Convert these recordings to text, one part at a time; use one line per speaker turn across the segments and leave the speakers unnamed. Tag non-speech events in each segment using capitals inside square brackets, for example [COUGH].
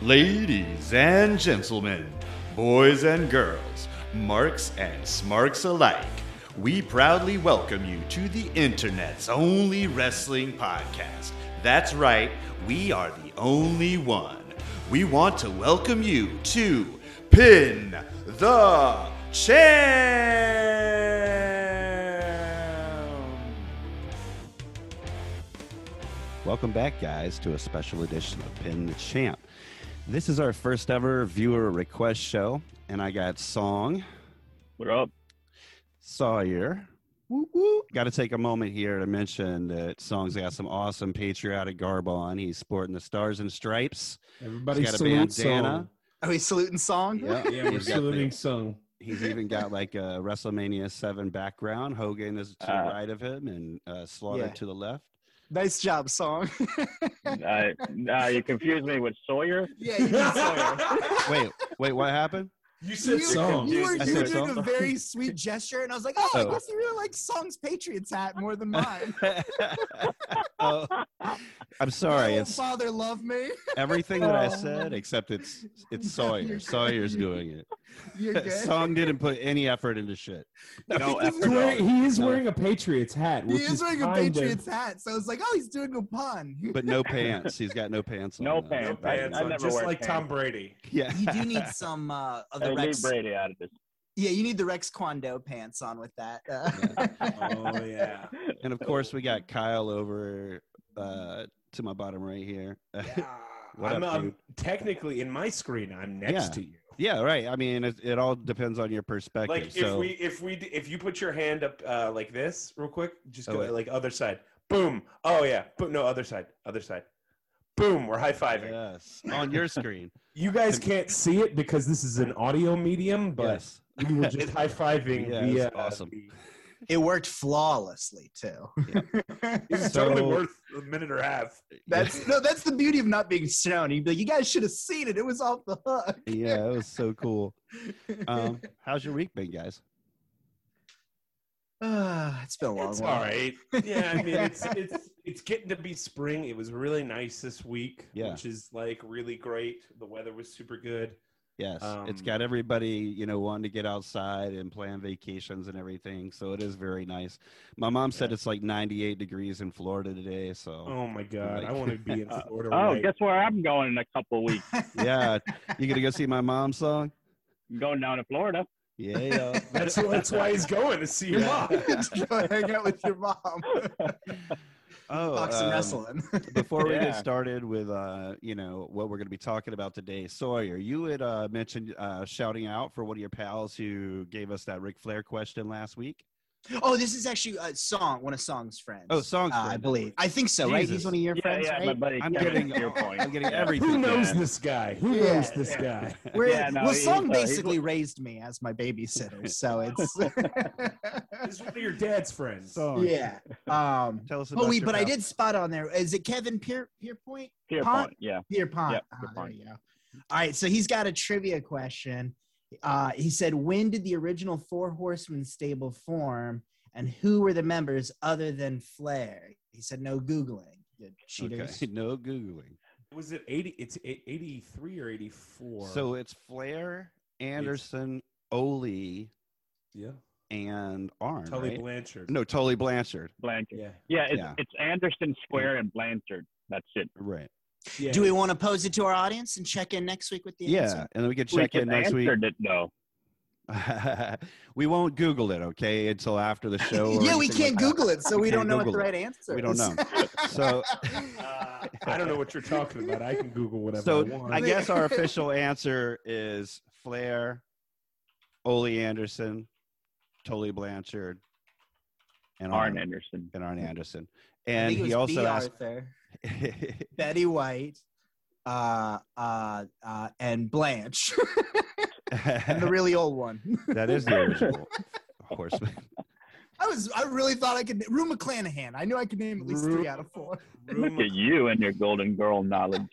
Ladies and gentlemen, boys and girls, marks and smarks alike, we proudly welcome you to the internet's only wrestling podcast. That's right, we are the only one. We want to welcome you to Pin the Champ!
Welcome back, guys, to a special edition of Pin the Champ. This is our first ever viewer request show, and I got Song
What up?
Sawyer. Woo woo. Got to take a moment here to mention that Song's got some awesome patriotic garb on. He's sporting the stars and stripes.
Everybody
He's got a
salute
bandana.
song.
Are we saluting song?
Yeah,
Yeah, we're
he's got the-
saluting song.
[LAUGHS] He's even got like a WrestleMania Seven background. Hogan is to
Uh,
the right of him, and uh, Slaughter
yeah.
to the left.
Nice job, song.
I, nah, you confused me with Sawyer.
yeah, you did Sawyer.
Wait, wait, what happened? [LAUGHS]
You
You,
said song.
you were,
I
you were
said
doing
song.
a very sweet gesture, and I was like, oh,
Oh.
I guess you really like Song's Patriots hat more
[LAUGHS]
than mine.
Oh, I'm sorry.
Oh,
It's
Father, love me. [LAUGHS]
everything that I
Oh.
said, except it's it's
No,
Sawyer.
[LAUGHS] you're good.
Sawyer's doing it.
You're good.
[LAUGHS] Song didn't put any effort into shit.
No
He's
effort. at all.
wearing, he is
No.
wearing a Patriots hat.
he
Which
is wearing a
kind of-
Patriots hat, so I was like, oh, he's doing a pun.
[LAUGHS] But no pants. He's got no pants on.
No
now.
pants.
No
I- I
pants on,
never
just
wear
like
pants.
Tom Brady.
Yeah. [LAUGHS]
you
[LAUGHS]
do need some uh, of
I
the
leave
Rex.
Brady out of this.
Yeah, you need the Rex Kwando pants on with that. Uh,
Oh yeah.
and of course, we got Kyle over uh, to my bottom right here. What
I'm,
up,
um
dude?
technically in my screen. I'm next
Yeah.
to you.
yeah, right. I mean, it, it all depends on your perspective.
Like if
so
we if we d- if you put your hand up uh, like this real quick, just
Oh,
go
wait.
like other side. Boom. Oh yeah. But no other side. Other side. Boom. We're high fiving.
yes, on your screen.
You guys can't see it because this is an audio medium, [LAUGHS] but
yes.
we [LAUGHS] were just high fiving
Yeah,
via
it's awesome.
the-
[LAUGHS] it worked flawlessly too.
This is
So-
totally worth a minute or a half.
[LAUGHS] That's no, that's the beauty of not being shown. You'd be like, you guys should have seen it. It was off the hook.
yeah, it was
[LAUGHS]
so cool. Um, how's your week been, guys?
Ah, it's been a long
It's
while.
all
[LAUGHS]
right. [LAUGHS] Yeah, I mean, [LAUGHS] it's it's it's getting to be spring. It was really nice this week,
Yeah.
which is like really great. The weather was super good.
Yes, it's
Um,
got everybody, you know, wanting to get outside and plan vacations and everything. So it is very nice. My mom said it's like 98 degrees in Florida today. So
Oh my god,
Like-
I want to [LAUGHS] be in
Uh,
Florida.
Oh,
right-
guess where I'm going in a couple weeks?
yeah, you gonna go see my mom's song?
going down to
[LAUGHS]
Florida.
Yeah, yeah.
that's that's why he's going to see your mom.
[LAUGHS] Just Go hang out with your
[LAUGHS]
mom.
Oh,
Talk some
um,
wrestling. [LAUGHS]
before we get
Yeah.
started with, uh, you know, what we're gonna be talking about today, Sawyer, you had uh, mentioned uh, shouting out for one of your pals who gave us that Ric Flair question last week.
oh, this is actually a song. One of Song's friends.
Oh, Song's
Uh, I
friend.
believe. I think so. Right?
Jesus.
He's one of your
Yeah,
friends.
yeah,
right?
my buddy.
I'm
Kevin
getting-
Pierpoint.
I'm getting
Yeah.
everything.
Who knows
Yeah.
this guy? Who
Yeah.
knows this guy?
We're-
Yeah, no,
well,
he's,
Song
uh, he's-
basically raised me as
[LAUGHS]
my babysitter, so it's
[LAUGHS] This is one of your dad's friends.
Oh,
Song,
[LAUGHS] yeah. Um,
Tell us about.
but we,
your
but I
pal.
did spot on there. Is it Kevin Pier Pierpoint?
Pierpoint, Yeah.
Peter Pond.
Yep,
Ah,
Pierpont.
there you go. All right, so he's got a trivia question. Uh, he said, "When did the original Four Horsemen stable form, and who were the members other than Flair?" He said, "No googling, you cheaters."
Okay, [LAUGHS] no googling.
Was it eighty? It's eight- eighty-three or eighty-four.
So it's Flair, Anderson, Ole,
yeah,
and Arn.
Tully
right?
Blanchard.
no, Tully Blanchard.
Blanchard.
Yeah.
Yeah, it's,
Yeah.
it's Anderson Square and Blanchard. That's it.
Right.
yeah.
Do we want to pose it to our audience and check in next week with the
Yeah,
answer?
and then we can check
we can
in next week.
answer it though.
[LAUGHS] we won't Google it, okay, until after the show. or
[LAUGHS] yeah, we can't
anything like that.
Google it, so
[LAUGHS] We
we don't
can't
know what the
Google it.
right answer.
We don't
is. [LAUGHS]
know. So,
Uh, I don't know what you're talking about. I can Google whatever I
so
want.
I
[LAUGHS]
guess our official answer is Flair, Ole Anderson, Tully Blanchard, and
Arn
Arn,
Anderson.
and Arn Anderson.
I
And
think it
he
was
also
B.
asked.
Arthur, Betty White, uh, uh, uh, and Blanche, [LAUGHS]
[LAUGHS]
and the really old one.
That
[LAUGHS]
is the original horseman. [LAUGHS]
I was I really thought I could Rue McClanahan. I knew I could name at least
Rue-
three out of four.
Look at you and your Golden Girl knowledge.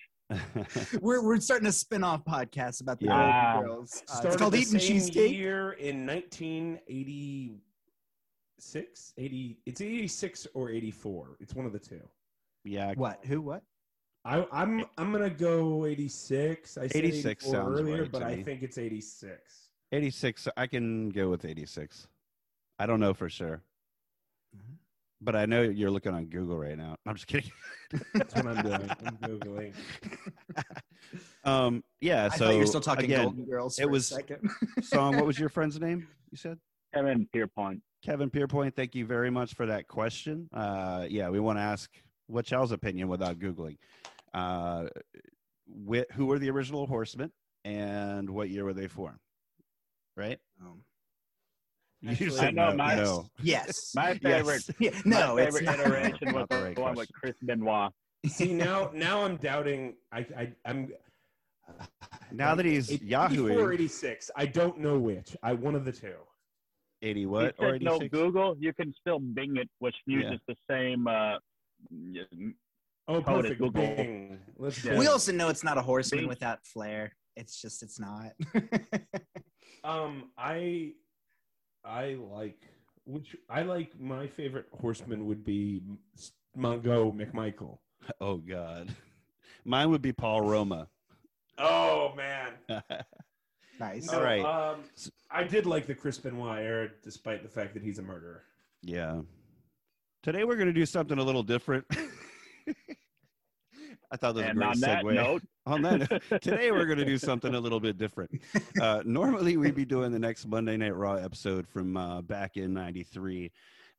We're we're starting a spin-off podcast about the
Yeah.
Golden Girls. Uh, it's
started
called
the
Eating
same
Cheesecake.
year in 1986 80 it's 86 or 84 it's one of the two
yeah.
What? Who? What?
I, I'm I'm gonna go 86. I said
86
84
sounds
earlier,
right
but
to
I
me.
think it's 86.
86. I can go with 86. I don't know for sure.
Mhm.
But I know you're looking on Google right now. I'm
[LAUGHS]
just kidding.
That's what I'm doing. I'm googling.
[LAUGHS] um, yeah.
I
so
thought you were still talking
again,
Golden Girls.
it
for a
was-
second.
[LAUGHS] song. What was your friend's name? You said.
Kevin Pierpont.
Kevin Pierpoint, thank you very much for that question. Uh, yeah, we want to ask what y'all's opinion without Googling. Uh, wh- who were the original horsemen and what year were they formed? Right?
Um,
You
Actually,
said
I know
no.
my-
no.
[LAUGHS] yes.
My favorite,
Yeah, no,
my
it's
favorite
not.
iteration was
Not the
the
right
one with Chris Benoit.
See now now I'm doubting. I, I I'm
Now that he's
Or
Yahooing
86. I don't know which. I one of the two.
80 what
you
or
said no
86?
Google, you can still Bing it, which
Yeah.
uses the same. Uh, y-
Oh,
Call it
perfect.
Google.
Bing. Let's
Yeah.
We
go.
also know it's not a horseman
Bing.
without flair. It's just it's not. [LAUGHS]
Um, I I like which I like. My favorite horseman would be Mongo McMichael.
Oh, God. [LAUGHS] Mine would be Paul Roma. [LAUGHS]
Oh man!
nice.
All right.
Um, I did like the Chris Benoit era, despite the fact that he's a murderer.
Yeah. Today we're going to do something a little different. [LAUGHS] I thought that was
and
a great
on that
segue. [LAUGHS]
note, [LAUGHS]
on that today we're going to do something a little bit different uh, normally we'd be doing the next monday night raw episode from uh, back in 93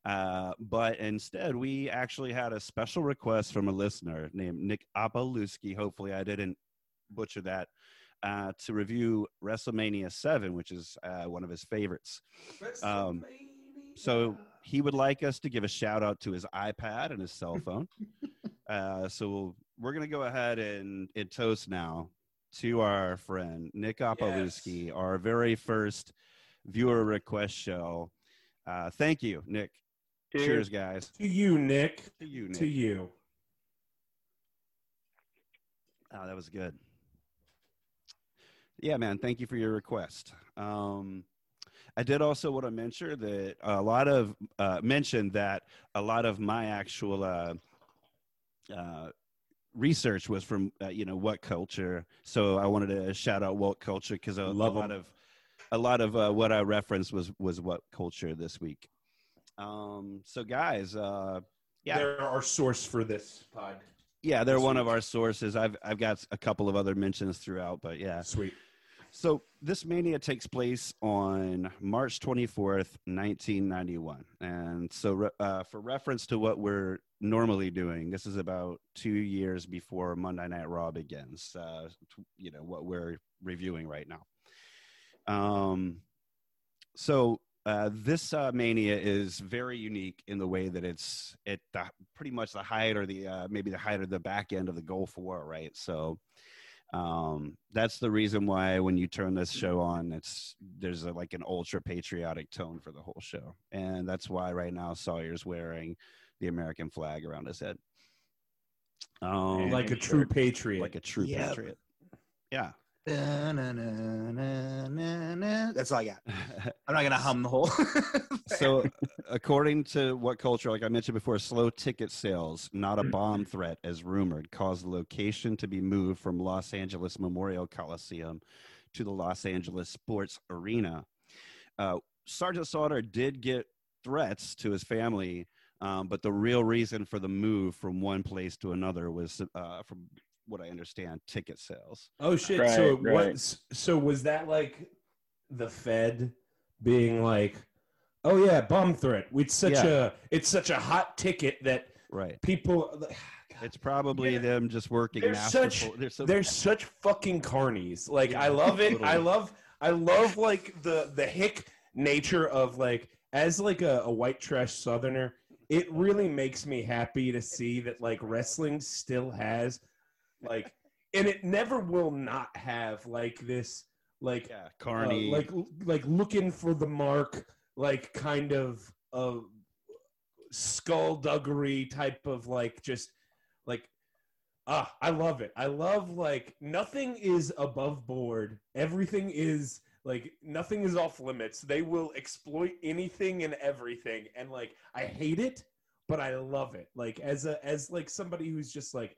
uh, but instead we actually had a special request from a listener named nick apaluski hopefully i didn't butcher that uh, to review wrestlemania 7 which is uh, one of his favorites Um, so he would like us to give a shout out to his iPad and his cell phone. uh, so we'll, we're going to go ahead and, and toast now to our friend Nick Opaluski, our very first viewer request show. Uh, thank you, Nick. Cheers,
cheers.
guys.
to you, Nick.
To you,
To
Nick.
you.
Oh, that was good. Yeah, man. Thank you for your request. Um, I did also want to mention that a lot of uh, mention that a lot of my actual uh, uh, research was from uh, you know what culture. So I wanted to shout out what culture because a, a
Love 'em.
lot of a lot of uh, what I referenced was was what culture this week. Um, so guys, uh, Yeah.
They're our source for this pod.
yeah, they're one of
Sweet.
our sources. I've I've got a couple of other mentions throughout, but yeah.
Sweet.
So this mania takes place on March 24th, 1991. And so re- uh, for reference to what we're normally doing, this is about two years before Monday Night Raw begins, uh, t- you know, what we're reviewing right now. Um, so uh, this uh, mania is very unique in the way that it's at the, pretty much the height or the uh, maybe the height or the back end of the Gulf War, right? So um, that's the reason why when you turn this show on, it's there's a, like an ultra patriotic tone for the whole show, and that's why right now Sawyer's wearing the American flag around his head, um,
And
like
Like a true
sure.
patriot.
like a true
Yep.
patriot. Yeah. [LAUGHS]
Da-na-na-na-na-na. That's all I got. I'm not gonna hum the whole. [LAUGHS]
[LAUGHS]
so according to what culture like i mentioned before slow ticket sales not a bomb threat as rumored caused the location to be moved from los angeles memorial coliseum to the los angeles sports arena uh, sergeant sauter did get threats to his family um, but the real reason for the move from one place to another was uh, from what i understand ticket sales
Oh shit! so it
Right, right.
was. So was that like the Fed being like, "Oh yeah, bomb threat. It's such
Yeah.
a it's such a hot ticket that
right
people
it's probably
Yeah.
them just working
They're such-
masterful- they're so
they're such fucking carnies. Like I
Yeah,
love it. I
totally.
love I love like the the hick nature of like as like a, a white trash Southerner. It really makes me happy to see that like wrestling still has like, and it never will not have like this like
yeah,
uh,
carney
like like looking for the mark, like kind of of skullduggery type of like just like ah, I love it. I love like nothing is above board. Everything is like nothing is off limits. They will exploit anything and everything, and like I hate it, but I love it. Like as a as like somebody who's just like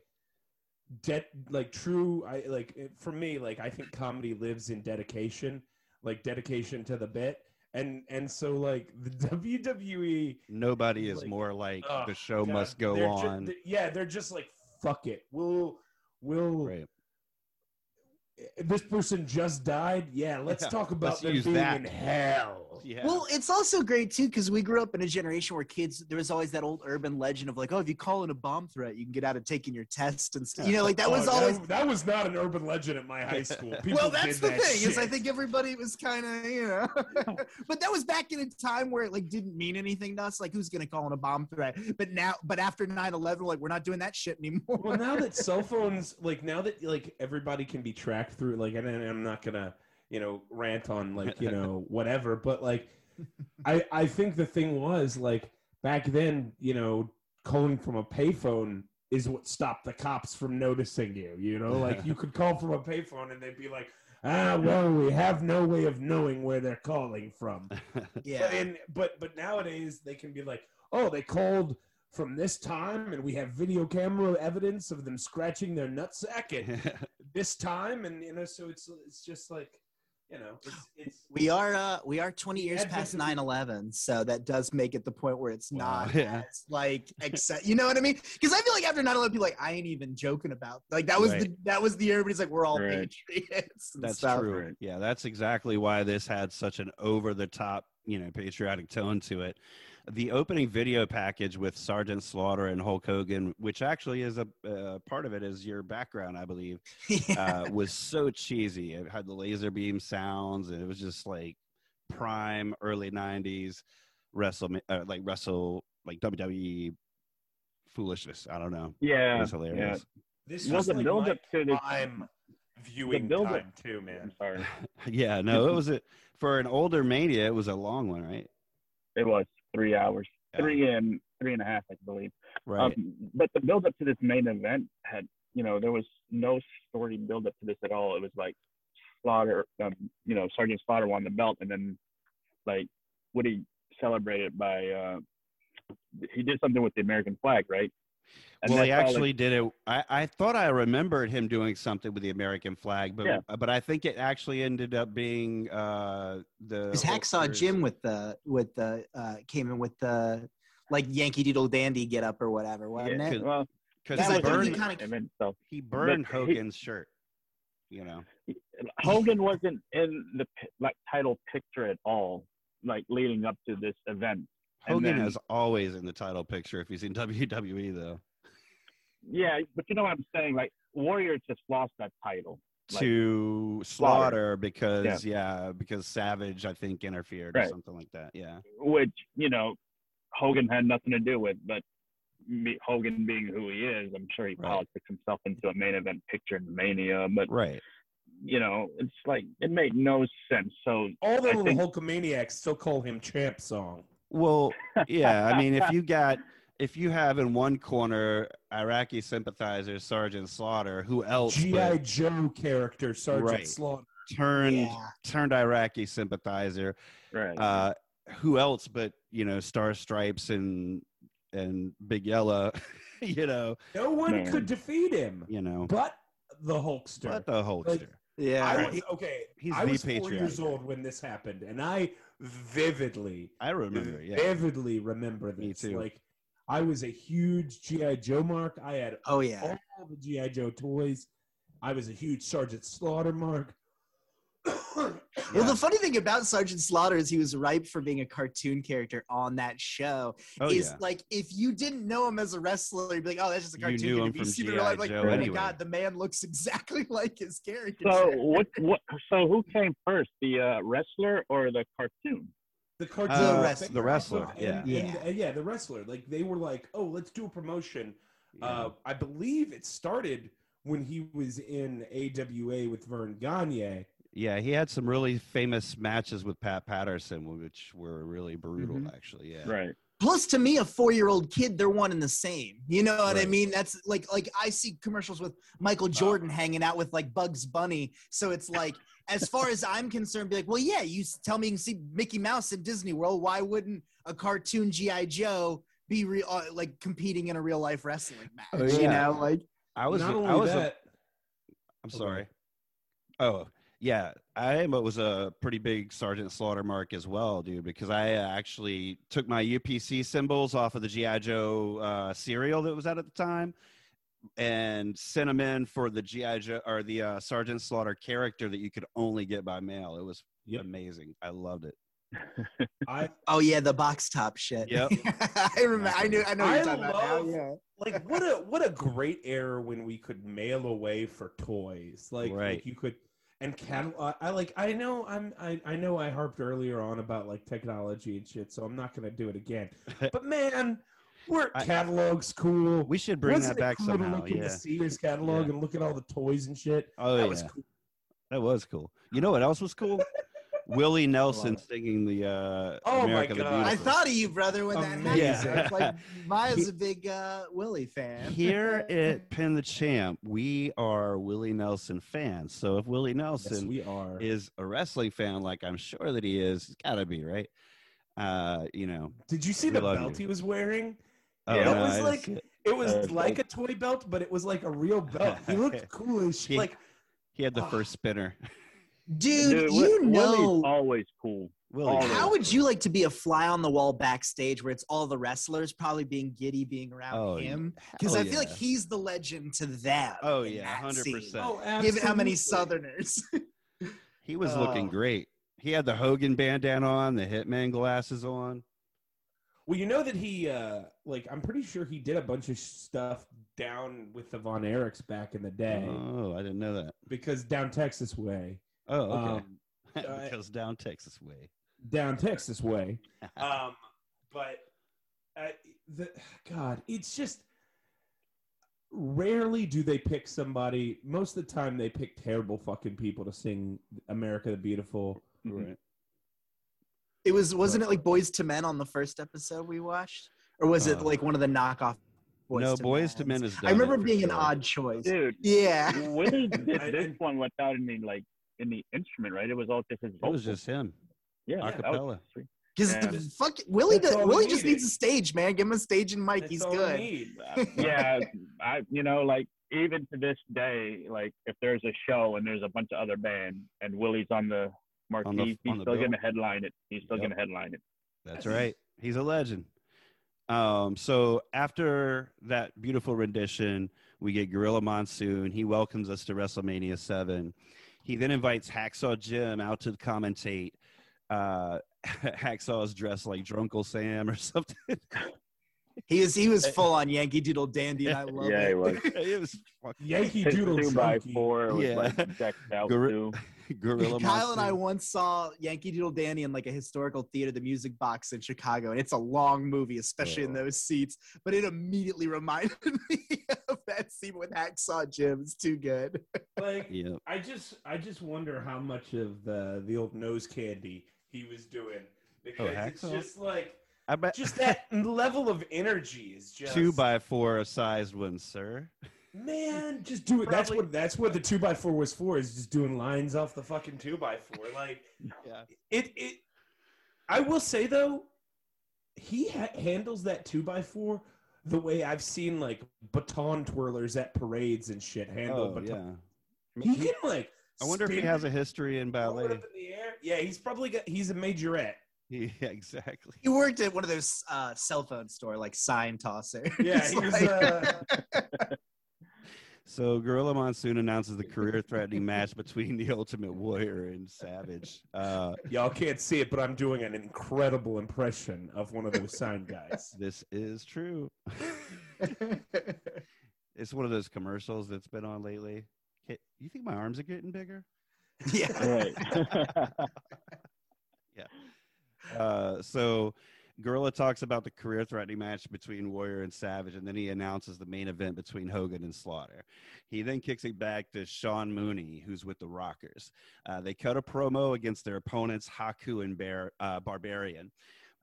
de- like true i like it- for me like i think comedy lives in dedication like dedication to the bit and and so like [LAUGHS] the wwe
Nobody is
Like,
more like
ugh,
the show
God,
must go
they're ju-
on.
th- yeah they're just like fuck it we'll we'll eh,
right.
this person just died yeah let's
Yeah,
talk about
let's
them
use
being
that.
in hell
Yeah. [LAUGHS]
Well, it's also great too because we grew up in a generation where kids there was always that old urban legend of like, oh, if you call in a bomb threat, you can get out of taking your test and stuff. You know, like that
Oh,
was always.
that, was not an urban legend at my high
[LAUGHS]
school. People
well, that's
did
the
that
thing is I
shit.
think everybody was kind of you
[LAUGHS]
know, [LAUGHS] but that was back in a time where it like didn't mean anything to us. Like who's gonna call in a bomb threat? But now, but after 9-11, like we're not doing that shit anymore. [LAUGHS]
well now that cell phones like now that like everybody can be tracked through like and, and i'm not gonna you know rant on like you know whatever but like i i think the thing was like back then you know calling from a payphone is what stopped the cops from noticing you you know like you could call from a payphone and they'd be like ah well we have no way of knowing where they're calling from But,
yeah,
and, but but nowadays they can be like, oh, they called from this time, and we have video camera evidence of them scratching their nutsack
[LAUGHS]
at this time, and you know, so it's it's just like, you know, it's, it's
we are uh we are 20 years
advent
past
of the-
9-11, so that does make it the point where it's
Wow,
not
[LAUGHS] yeah.
It's like except you know what I mean? Because I feel like after 9-11, people are like I ain't even joking about like that was the that was the everybody's like we're all
Right.
patriots. and
That's
stuff.
true. Yeah, that's exactly why this had such an over the top, you know, patriotic tone to it. The opening video package with Sergeant Slaughter and Hulk Hogan, which actually is a uh, part of it is your background, I believe,
[LAUGHS] [LAUGHS] Yeah.
[LAUGHS]
uh, was so cheesy. It had the laser beam sounds, and it was just like prime early '90s wrestle, uh, like wrestle, like WWE foolishness. I don't know. It
Yeah.
was hilarious. [LAUGHS]
this
Well,
was
the
like
build
my
up to the
prime viewing
build-up-
time too, man.
I'm sorry.
Yeah, no, it was a, for an older mania. It was a long one, right?
It was three hours,
Yeah.
[LAUGHS] three and three and a half, I believe.
Right.
Um, but the build up to this main event had, you know, there was no story build up to this at all. It was like Slaughter, um, you know, Sergeant Slaughter won the belt, and then like Woody celebrated by uh, he did something with the American flag, right? And
well, he
that's all
actually did it. I, I thought I remembered him doing something with the American flag, but
Yeah.
but I think it actually ended up being uh, the
His
Hulk
hacksaw
Hogan-
Jim with the with the uh came in with the like Yankee Doodle Dandy get up or whatever, wasn't
Yeah,
it?
it- well,
because
That
he
was-
burned
he
he,
kinda-
event, so
burned
but he-
Hogan's shirt. You know,
Hogan wasn't in the pi- like title picture at all, like leading up to this event. And
Hogan
then-
is always in the title picture if he's in [LAUGHS] WWE though.
Yeah, but you know what I'm saying? Like Warrior just lost that title. Like-
to
Slaughter.
slaughter because yeah. because Savage I think interfered or
Right.
something like that. Yeah,
which you know Hogan had nothing to do with, but me, Hogan being who he is, I'm sure he
Right.
politics himself into a main event picture in Mania. But
right.
you know, it's like it made no sense. So
All
I
the little
think-
Hulkamaniacs still call him Champ Song.
Well, yeah. I mean, if you got if you have in one corner Iraqi sympathizer Sergeant Slaughter, who else
GI
but
Joe character Sergeant
Right.
Slaughter.
turned
Yeah.
turned Iraqi sympathizer?
[LAUGHS] right,
Uh, who else but you know Star Stripes and and Big Yellow? [LAUGHS] you know,
No one
Man.
could defeat him,
you know,
but the Hulkster.
but the Hulkster.
Yeah.
I
Right.
was, okay.
He's
I
the
was four
patriarch.
years old when this happened, and I vividly,
I remember. Yeah,
vividly remember this.
Me too.
Like, I was a huge GI Joe mark. I had
Oh yeah.
all the GI Joe toys. I was a huge Sergeant Slaughter [COUGHS] mark.
Oh,
Well, the funny thing about Sergeant Slaughter is he was ripe for being a cartoon character on that show.
oh
is
yeah.
like if you didn't know him as a wrestler, you'd be like, "Oh, that's just a
You
cartoon."
knew
and if
him from
see the
G.I.
real life, like,
Joe
oh my
anyway.
god, the man looks [LAUGHS] exactly like his character.
so what? What? So who came first, the uh, wrestler or the cartoon?
the cartoon
Uh,
wrestler.
the wrestler,
and-
yeah.
and- and yeah, the wrestler. Like they were like, oh, let's do a promotion. Uh, I believe it started when he was in AWA with Vern Gagne.
Yeah, he had some really famous matches with Pat Patterson, which were really brutal,
Mm-hmm.
Mhm.
actually. Yeah.
Right.
Plus, to me, a four-year-old kid, they're one and the same. You know what I
Right. Uh.
mean? That's like like I see commercials with Michael Jordan hanging out with like Bugs Bunny. So it's like,
[LAUGHS]
as far as I'm concerned, be like, well, yeah, you s- tell me you can see Mickey Mouse in Disney World. Why wouldn't a cartoon GI Joe be real uh, like competing in a real life wrestling match?
Oh,
You
yeah.
know, like
I was
not only
I was a-
that,
I'm
Okay.
sorry. Oh yeah, I was a pretty big Sergeant Slaughter mark as well, dude. Because I uh, actually took my UPC symbols off of the GI Joe uh, cereal that was out at the time, and sent them in for the GI Joe or the uh, Sergeant Slaughter character that you could only get by mail. It was
Yep.
amazing. I loved it.
I
Oh yeah, the box top shit.
Yep.
[LAUGHS] I remember. I knew. I know what
I
you're talking about.
love-
Now. Yeah.
like what a what a great era when we could mail away for toys like, like
Right.
you could and catalog I, I like i know i'm I, I know i harped earlier on about like technology and shit so i'm not gonna do it
[LAUGHS]
again but man weren't
I-
catalogs cool
We should bring
Wasn't
that back
it cool to
somehow.
look at
Yeah.
the sears catalog and look at all the toys and shit
Oh
that
yeah,
was cool
that was cool. You know what else was cool?
[LAUGHS]
Willie Nelson singing the uh,
Oh, my
America the
God. I
I
Beautiful.
thought of you, brother, when that happened.
Amazing.
I was
[LAUGHS]
like, Maya's
He-
a big uh, Willie fan.
Here
[LAUGHS]
at Pin the Champ, we are Willie Nelson fans. So if Willie
yes,
Nelson
we are
is a wrestling fan, like I'm sure that he is, he's got to be, right? Uh, you know,
did you see
we
the
love
belt
you.
he was wearing
oh,
Yeah.
That
no,
was
I didn't
like-
see it.
it was
Uh,
like a toy belt but it was like a real belt he
[LAUGHS]
looked cool as shit
Yeah.
like
he had the
Ah.
first spinner. [LAUGHS]
Dude,
Wi-
you
Willie's
know.
always cool.
Willie,
Oh,
How would you like to be a fly on the wall backstage where it's all the wrestlers probably being giddy being around
Oh,
him? Because
hell
I feel like
yeah.
he's the legend to them.
Oh,
in
yeah,
that scene,
100%.
oh
Given how
absolutely.
many Southerners. [LAUGHS]
he was looking
Oh.
great. He had the Hogan bandana on, the Hitman glasses on.
Well, you know that he, uh, like, I'm pretty sure he did a bunch of stuff down with the Von Erichs back in the day
Oh, I didn't know that.
because down Texas way,
Oh, [LAUGHS] okay.
um, uh,
because down Texas way.
down Texas way. Um, but uh, the God, it's just rarely do they pick somebody. Most of the time, they pick terrible fucking people to sing "America the Beautiful."
right.
It was wasn't it like Boys to Men on the first episode we watched, or was it
Uh,
like one of the knockoff Boys?
no,
to
Boys to
Men's?
Men is.
I
done it
remember
for
being an
sure.
odd choice.
Dude,
Yeah.
[LAUGHS]
[LAUGHS]
Willie did
I-
this
I-
one without any like any instrument, right? It was all just his
It
vocals.
was just him.
yeah,
a
that was
cappella.
sweet.
Because
Yeah.
the fuck Willie,
That's
does,
all we
Willie just
needed.
needs a stage, man. Give him a stage and mic.
That's
He's
all we
good.
need.
yeah, I you know like even to this day, like if there's a show and there's a bunch of other bands and Willie's on the marquee,
On the-
he's
on the
still gonna
bill.
headline it. He's still
Yep.
gonna headline it.
That's right. He's a legend. Um, so after that beautiful rendition, we get Gorilla Monsoon. He welcomes us to WrestleMania 7. He then invites Hacksaw Jim out to commentate. Uh, [LAUGHS] Hacksaw is dressed like Drunkle Sam or [LAUGHS] something.
He was he was full on Yankee Doodle Dandy.
[LAUGHS]
And I love
Yeah,
it.
he was.
it was fucking
Yankee
His
Doodle
two by
Junkie.
four was
Yeah.
like decked out
Gor-
too.
[LAUGHS] Gorilla
Kyle and I
Monsoon.
once saw Yankee Doodle Dandy in like a historical theater, the music box in Chicago, and it's a long movie, especially in
Oh.
those seats. But it immediately reminded [LAUGHS] me of that scene with Hacksaw Jim. It's too good.
Like,
Yeah.
I just I just wonder how much of the the old nose candy he was doing because it's
Oh, Hacksaw?
just like
I bet
just that level of energy is just
two by four sized one, sir.
man just do it that's
Probably-
what that's what the two by four was for is just doing lines off the fucking two by four like
[LAUGHS] Yeah.
it it I will say though he ha- handles that two by four the way I've seen like baton twirlers at parades and shit handle
Oh,
baton
yeah.
he can like
I wonder if he
spin
has a history in
Throw it
ballet.
up in the air. Yeah, he's probably got. He's a
[LAUGHS]
majorette.
Yeah, exactly.
He worked at one of those uh, cell phone store, like sign tosser. [LAUGHS]
Yeah, he was.
[LAUGHS]
Uh,
So Gorilla Monsoon announces the career-threatening match between the Ultimate Warrior and Savage. Uh,
y'all can't see it, but I'm doing an incredible impression of one of those sign guys.
this is true. it's one of those commercials that's been on lately. Hey, You think my arms are getting bigger? [LAUGHS]
yeah.
Right. [LAUGHS]
Uh, so Gorilla talks about the career-threatening match between Warrior and Savage, and then he announces the main event between Hogan and Slaughter. He then kicks it back to Sean Mooney, who's with the Rockers. Uh, they cut a promo against their opponents, Haku and Bar- uh, Barbarian.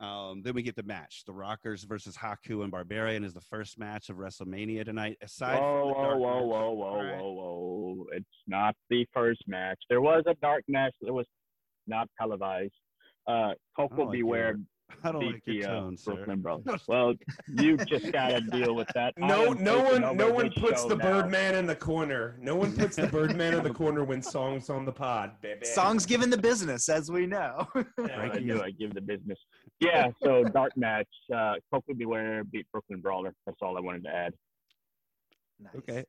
Um, then we get the match: the Rockers versus Haku and Barbarian is the first match of WrestleMania tonight. Aside
whoa,
from the
whoa,
dark
whoa,
match-
whoa, whoa,
All right.
whoa, whoa! It's not the first match. There was a dark match that was not televised. Uh, Coco
like
Beware
Oh, [LAUGHS] I don't
beat
like your
the, uh,
tone, sir.
Brooklyn Bros.
[LAUGHS]
Well, you just gotta deal with that. [LAUGHS] I
No,
am
no
taking
one,
over
no one
this
puts
show
the
now.
Birdman in the corner. No one puts the Birdman
[LAUGHS]
in the corner when songs on the pod, baby.
Songs given the business, as we know. [LAUGHS]
Yeah, I
Frankie
do.
is-
I give the business. Yeah. So dark match. Uh, Coco Beware beat Brooklyn Brawler. That's all I wanted to add.
Nice.
Okay.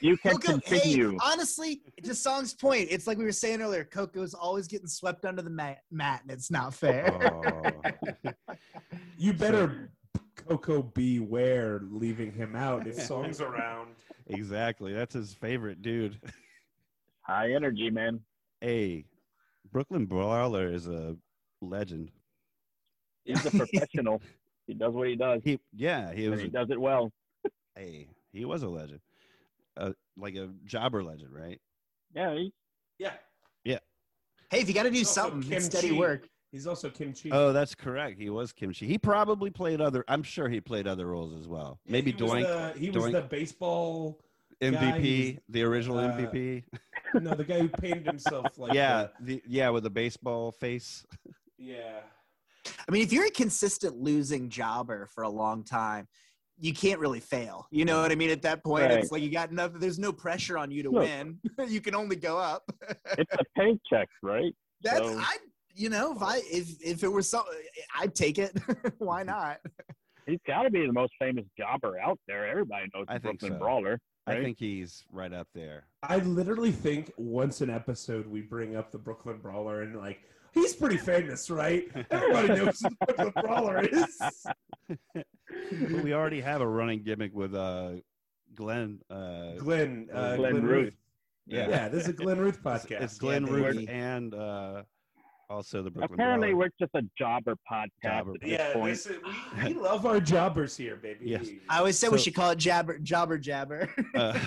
You can
Coco,
continue.
hey, honestly, to Song's point, it's like we were saying earlier, Coco's always getting swept under the mat, mat and it's not fair.
Oh,
You better, Coco, beware leaving him out if
[LAUGHS]
songs around.
exactly. That's his favorite dude.
High energy, man.
Hey, Brooklyn Brawler is a legend.
[LAUGHS]
He's a professional. he does what he does,
He yeah, he
and
was
he
a,
does it well.
hey, he was a legend. Uh, like a jobber legend, right?
Yeah. He,
Yeah,
Hey, if you got to do
He's also
something,
Kim
it's steady
Chi.
work.
he's also kimchi.
Oh, that's correct. He was kimchi. He probably played other I'm sure he played other roles as well. Maybe
he was
Doink
the- he was
Doink.
the baseball. guy, he
MVP,
was,
the original
uh,
MVP.
No, the guy who painted himself like.
yeah,
the-
the, yeah, with the baseball face.
yeah.
I mean, if you're a consistent losing jobber for a long time, you can't really fail. You know what I mean? At that point,
Right.
it's like you got enough. There's no pressure on you to
Look.
win. [LAUGHS] you can only go up. [LAUGHS]
it's a paycheck, right?
That's
So-
I. You know, if I if if it were so, I'd take it. [LAUGHS] Why not?
He's got to be the most famous jobber out there. Everybody knows
I
the
think
Brooklyn
so.
Brawler.
I
Right.
think he's right up there.
I literally think once an episode we bring up the Brooklyn Brawler and like he's pretty famous, right? Everybody knows who the Brooklyn Brawler is.
But we already have a running gimmick with uh Glenn uh
Glenn, uh,
Glenn
Glenn,
Ruth.
Ruth.
yeah.
Yeah, this is a Glenn Ruth
It's-
podcast.
It's, Glenn
they
Ruth
were-
and uh also the Brooklyn
Apparently,
Brawler.
we're just a jobber podcast
Jobber
at this
yeah,
point.
this is, we, we love our jobbers here, baby.
Yes.
I always said we
So-
should call it jabber jobber jabber.
[LAUGHS]
Uh,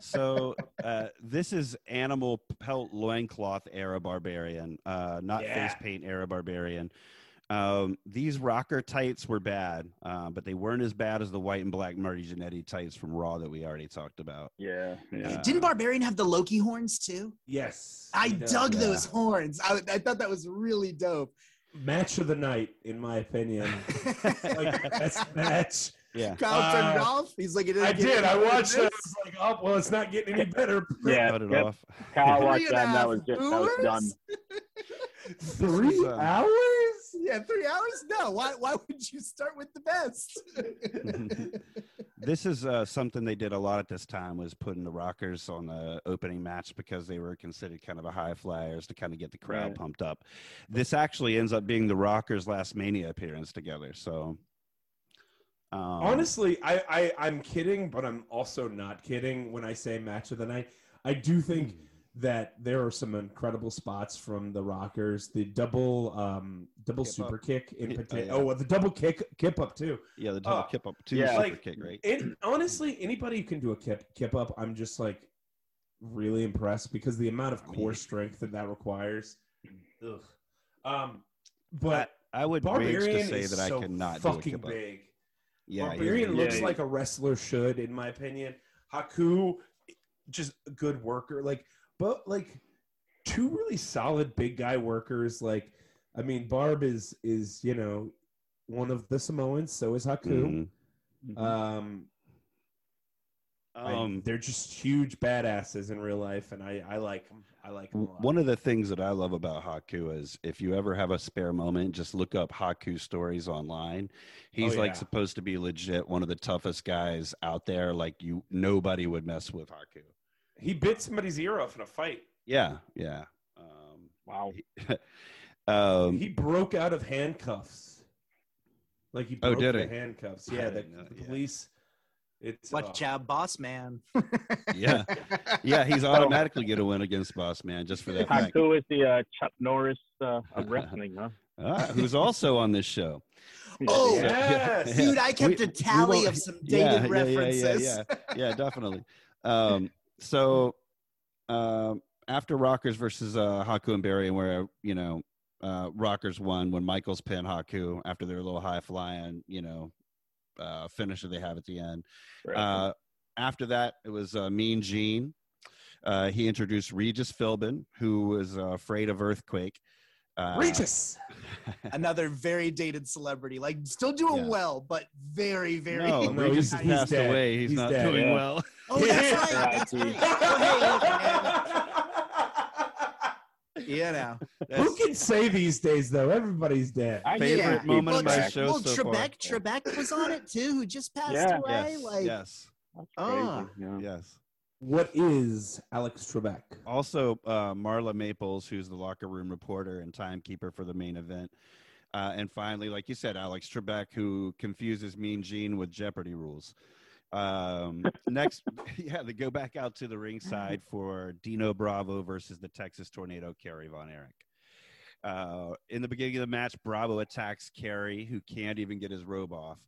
so uh, this is animal pelt loincloth era barbarian, uh, not
Yeah.
face paint era barbarian. Um, these rocker tights were bad, uh, but they weren't as bad as the white and black Marty Jannetty tights from Raw that we already talked about.
Yeah. yeah.
[LAUGHS]
Uh,
Didn't Barbarian have the Loki horns too?
Yes. uh,
I
he does.
dug
yeah.
those horns. I, I thought that was really dope. [LAUGHS]
Match of the night, in my opinion. like best match.
yeah,
Kyle
Uh,
turned it off. He's like, it
I
didn't get
did.
any
I
better than
watched it. I
this.
was like, oh, well, it's not getting any better.
Yeah.
cut it
yep.
off.
Kyle watched
Three and
that. And that
a half
was just, that was
hours?
done.
Three
is, uh,
hours?
Yeah, three hours? No. Why, why would you start with the [LAUGHS] best?
this is uh, something they did a lot at this time was putting the rockers on the opening match because they were considered kind of a high flyers to kind of get the crowd
Right.
pumped up this actually ends up being the rockers last mania appearance together so um,
Honestly, I, I I'm kidding, but I'm also not kidding when I say match of the night. I do think
Hmm.
that there are some incredible spots from the Rockers. The double um double
Kip
super kick in
Yeah,
particular.
yeah.
Oh, well, the double kick kip up too.
yeah the double
oh,
kip up two
yeah.
super
like,
kick right [CLEARS THROAT]
And honestly, anybody who can do a kip kip up, I'm just like really impressed because the amount of
I mean-
core strength that that requires. Ugh. Um, but
i would rage
Barbarian
to say
is
that
so
i cannot do a
fucking
kip up
big.
yeah he's-
Barbarian
yeah,
looks
yeah.
like a wrestler should, in my opinion. Haku, just a good worker. Like, but like two really solid big guy workers. Like, I mean, Barb is is you know one of the Samoans. So is Haku.
Mhm.
Um, I-
um,
they're just huge badasses in real life, and I I like 'em. I like 'em a lot.
One of the things that I love about Haku is if you ever have a spare moment, just look up Haku stories online. He's
Oh, yeah.
like supposed to be legit one of the toughest guys out there. Like you, nobody would mess with Haku.
he bit somebody's ear off in a fight.
Yeah, yeah. [LAUGHS] Um,
Wow.
um,
he broke out of handcuffs. Like he
Oh,
broke
did
the
he?
handcuffs.
I
Yeah, the,
didn't know-
the
yeah.
police. It's
Watch
uh,
job, boss man.
[LAUGHS]
yeah, yeah. He's automatically gonna win against Boss Man just for that fact.
Haku is the uh, Chuck Norris uh, of wrestling,
[LAUGHS]
huh?
Ah, who's also on this show?
Oh,
So-
Yes!
[LAUGHS] Dude, I kept
We-
a
we
tally
won't-
of some dated
[LAUGHS]
references.
Yeah, yeah, yeah definitely. Um, so um, after Rockers versus uh, Haku and Barry, where you know uh, Rockers won when Michaels pinned Haku after their little high flying, you know, uh, finisher they have at the end.
Right.
Uh, after that, it was uh, Mean Gene. Uh, he introduced Regis Philbin, who was uh, afraid of earthquake. Uh,
Regis.
Another very dated celebrity, like still doing
Yeah.
well, but very,
[LAUGHS]
very.
no,
No,
Regis
he's-
has
he's
passed
dead.
away. He's,
He's
not
dead,
doing
yeah.
well.
[LAUGHS] Oh, that's right.
Yeah.
That's right. Well, hey, look, man. you know.
Who can say these days though? Everybody's dead.
I yeah.
Favorite moment
Well,
of my
Tre-
Back.
show
well,
so far.
Trebek, Trebek was on it too, who just passed
Yeah.
away.
Yes,
like,
yes,
ah.
Crazy, yeah.
yes.
What is Alex Trebek?
Also, uh, Marla Maples, who's the locker room reporter and timekeeper for the main event. Uh, and finally, like you said, Alex Trebek, who confuses Mean Gene with Jeopardy rules. Um, next, [LAUGHS] yeah, they go back out to the ringside for Dino Bravo versus the Texas Tornado, Kerry Von Erich. Uh, in the beginning of the match, Bravo attacks Kerry, who can't even get his robe off.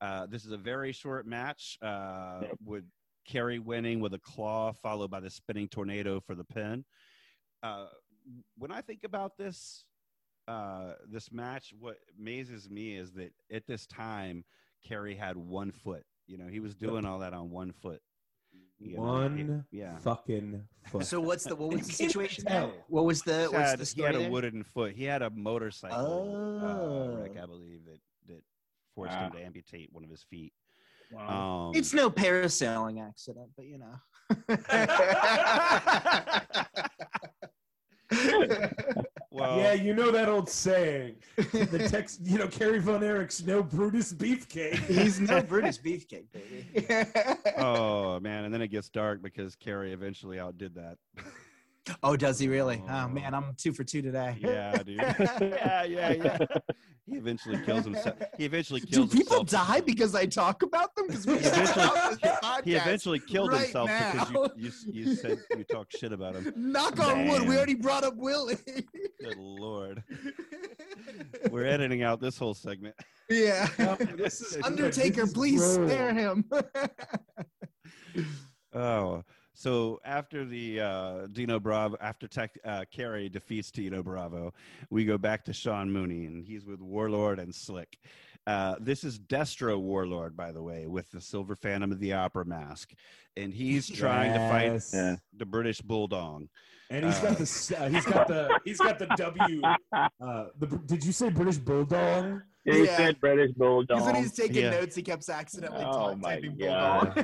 Uh, this is a very short match. Uh,
Yep.
With Kerry winning with a claw, followed by the spinning tornado for the pin. Uh, when I think about this, uh, this match, what amazes me is that at this time, Kerry had one foot. You know, he was doing all that on one foot. You know,
One
he- yeah.
fucking foot.
So what's the [LAUGHS] what was the
I can't
situation?
tell.
there? What was the
He
what's
had,
the
he
story
had a
there?
wooden foot. He had a motorcycle
Oh.
uh, wreck, I believe, that that forced him
Ah. Oh.
to amputate one of his feet.
Wow.
Um,
It's no parasailing accident, but you know.
well,
yeah, you know that old saying. The text, you know, Carrie Von Erich's no Brutus
[LAUGHS]
beefcake.
[LAUGHS] He's no Brutus beefcake, baby.
oh man, and then it gets dark because Carrie eventually outdid that.
[LAUGHS] oh, does he really? Oh man, I'm two for two today.
yeah,
[LAUGHS]
dude. yeah, yeah, yeah. He eventually kills himself. He eventually
Do
kills
people
himself.
die because I talk about them? Because we
He eventually-
stopped this podcast.
he eventually killed
right
himself
now?
because you, you you said you talked shit about
[LAUGHS]
him.
Knock on wood. We
Man.
already brought up Willie.
[LAUGHS] Good lord. We're editing out this whole segment.
yeah.
No, [LAUGHS] this is good.
Undertaker,
This is
please
gold.
spare him. [LAUGHS]
Oh, so after the uh, Dino Bravo, after Tech, uh, Kerry defeats Dino Bravo, we go back to Sean Mooney, and he's with Warlord and Slick. Uh, this is Destro Warlord, by the way, with the Silver Phantom of the Opera mask, and
[LAUGHS]
he's trying to fight
Yes.
Yeah.
the British Bulldog.
And he's got the s- uh, he's got the he's got the W. Uh, the, Br- did you say British bulldog?
He
Yeah.
said British Bulldog.
Because when he's taking
Yeah.
notes, he kept accidentally
Oh
oh
my
typing
God.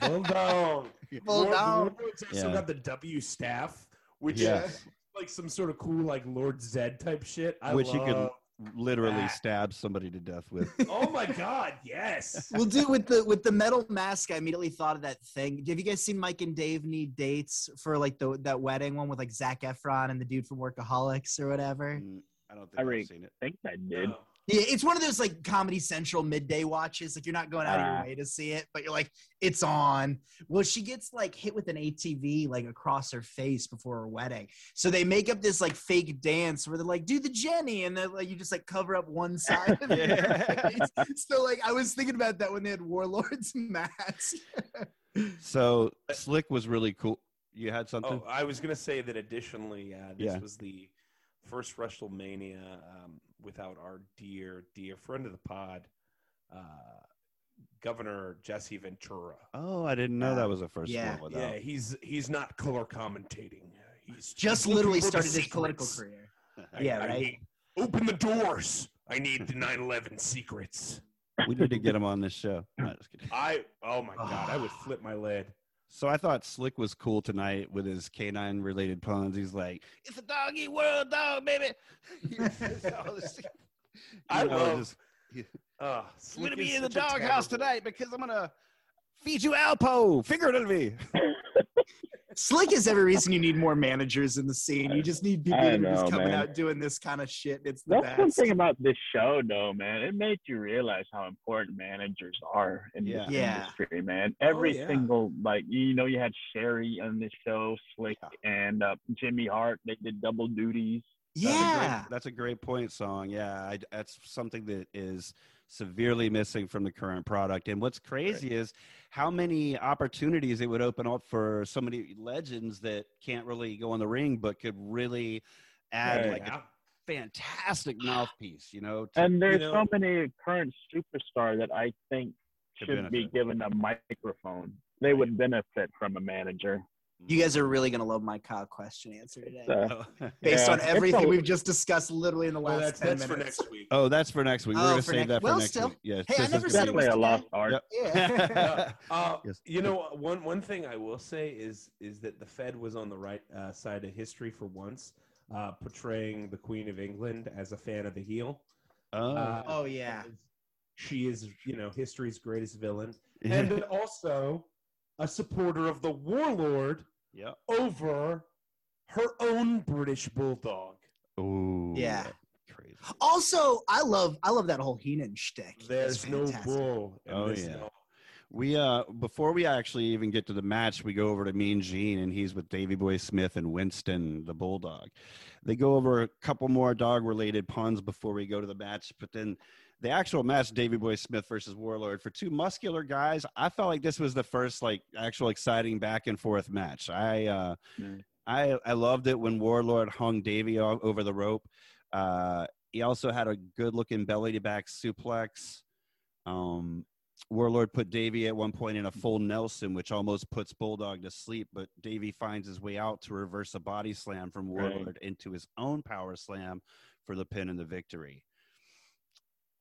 bulldog.
Bulldog.
[LAUGHS]
Lord-
bulldog.
Warlord's also
Yeah.
got the W staff, which
Yes.
is like some sort of cool like Lord Zed type shit. I
Which
love.
you can- Literally
Ah.
stabs somebody to
[LAUGHS]
death with.
Oh my god,
[LAUGHS]
yes.
We'll do with the with the metal mask. I immediately thought of that thing. Have you guys seen Mike and Dave need dates for like the that wedding one with like Zach Efron and the dude from Workaholics or whatever?
Mm, I don't think
I
I've
read-
seen it.
I think I did.
Yeah, it's one of those like Comedy Central midday watches. Like you're not going out of your
Ah.
way to see it, but you're like, it's on. Well, she gets like hit with an ATV like across her face before her wedding. So they make up this like fake dance where they're like, do the Jenny, and then like you just like cover
[LAUGHS]
up one side of
Yeah.
her face. So like I was thinking about that when they had Warlords [LAUGHS] masks.
So Slick was really cool. You had something?
Oh, I was gonna say that. Additionally, uh, this
Yeah.
was the first WrestleMania um, without our dear, dear friend of the pod, uh, Governor Jesse Ventura.
Oh, I didn't know that was the first
yeah,
one. Without.
Yeah, he's he's not color commentating. He's
Just
he's looking
literally
for the
started his political
secrets.
[LAUGHS]
career.
I-
Yeah,
I
right?
need- open the doors. I need the 9/11 secrets.
we need to get him on this show. No, just kidding.
I oh my god, I would flip my lid.
So I thought Slick was cool tonight with his canine related puns. He's like, "It's a doggy world, dog, baby." [LAUGHS]
I love-
just,
Ah,
Uh,
I'm gonna be in the doghouse tonight because I'm gonna feed you Alpo [LAUGHS] figuratively.
Slick is every reason you
[LAUGHS]
need more managers in the scene. You just need people
I
that are just
know,
coming
man.
out doing this kind of shit. It's the
That's one
best.
thing about this show, though, man. It made you realize how important managers are in this
Yeah. Oh,
industry, man. Every
yeah.
single, like, you know, you had Sherry on this show, Slick, and uh, Jimmy Hart. They did double duties.
Yeah.
that's a great point, song. Yeah, I, that's something that is severely missing from the current product. And what's crazy is how many opportunities it would open up for so many legends that can't really go in the ring, but could really add
Right.
like a fantastic mouthpiece, you know. to-
And there's
You know-
so many current superstar that I think
To
should be
benefit.
given a microphone. They would benefit from a manager.
You guys are really gonna love my Kyle question answer today,
Uh,
Oh,
[LAUGHS] based
yeah.
on
It's
everything
all-
we've just discussed, literally in the
Well, that's,
last ten
that's for
minutes.
next week.
oh, that's for next week.
Oh,
We're gonna
for
save
next-
that for
well,
next
still-
week. Yeah,
Hey, I
this is
never said it
gonna
definitely a
was
lost
today.
art.
[LAUGHS]
Yep.
Yeah.
[LAUGHS]
Uh,
Yes.
You know, one one thing I will say is is that the Fed was on the right uh, side of history for once, uh, portraying the Queen of England as a fan of the heel.
be-
Uh,
oh yeah.
She is, you know, history's greatest villain, and
oh.
but also a supporter of the warlord
Yep.
over her own British bulldog.
Ooh,
Yeah.
Crazy.
Also, I love I love that whole Heenan shtick. That's
There's no
fantastic.
bull. in
Oh,
this
yeah.
novel.
We uh before we actually even get to the match, we go over to Mean Gene and he's with Davy Boy Smith and Winston the Bulldog. They go over a couple more dog related puns before we go to the match, but then the actual match Davy Boy Smith versus Warlord for two muscular guys, I felt like this was the first like actual exciting back and forth match. I uh
Mm.
I I loved it when Warlord hung Davy o- over the rope. Uh he also had a good looking belly to back suplex. Um, Warlord put Davey at one point in a full Nelson, which almost puts Bulldog to sleep, but Davey finds his way out to reverse a body slam from
Right.
Warlord into his own power slam for the pin and the victory.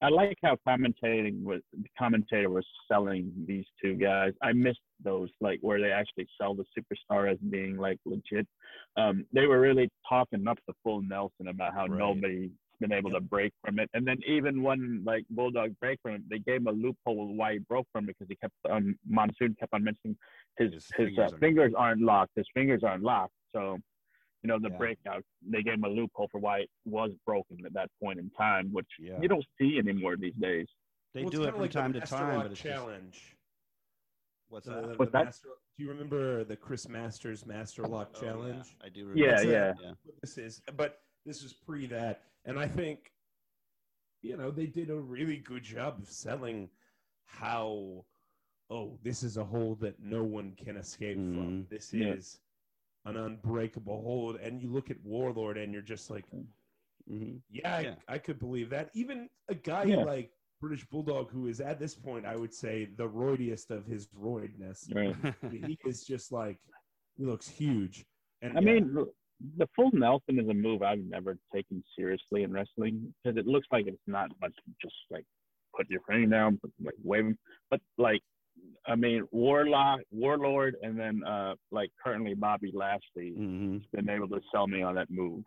I like how commentating was the commentator was selling these two guys. I missed those like where they actually sell the superstar as being like legit. Um, they were really talking up the full Nelson about how
Right.
nobody's been able to break from it. And then even when like Bulldog break from it, they gave him a loophole why he broke from it because he kept on Monsoon kept on mentioning his
His
his,
fingers
fingers, uh,
aren't-
fingers aren't locked. His fingers aren't locked. So you know the
Yeah.
breakout they gave him a loophole for why it was broken at that point in time, which
Yeah.
you don't see anymore these days.
They
Well, it's
do it
kinda
from
like the
time to
Master
time,
Lock
but it's just-
challenge.
what's
The-
that?
the
What's that?
Master- do you remember the Chris Masters Master Lock
Oh, yeah,
Challenge?
I do remember.
Yeah,
that,
yeah.
what this is, but this is pre that, and I think you know they did a really good job of selling how oh this is a hold that no one can escape from.
Mhm.
This
Mm-hmm. Yeah.
is an unbreakable hold, and you look at Warlord, and you're just like,
Mhm.
yeah,
Yeah.
I, I could believe that. Even a guy
Yeah.
like British Bulldog, who is at this point, I would say the roidiest of his roidness.
Right.
he
[LAUGHS]
is just like he looks huge. And
I mean, the full Nelson is a move I've never taken seriously in wrestling because it looks like it's not much just like put your hand down, put, like wave 'em. But like, I mean, Warlock, Warlord, and then uh like currently Bobby Lashley
Mhm.
has been able to sell me on that move.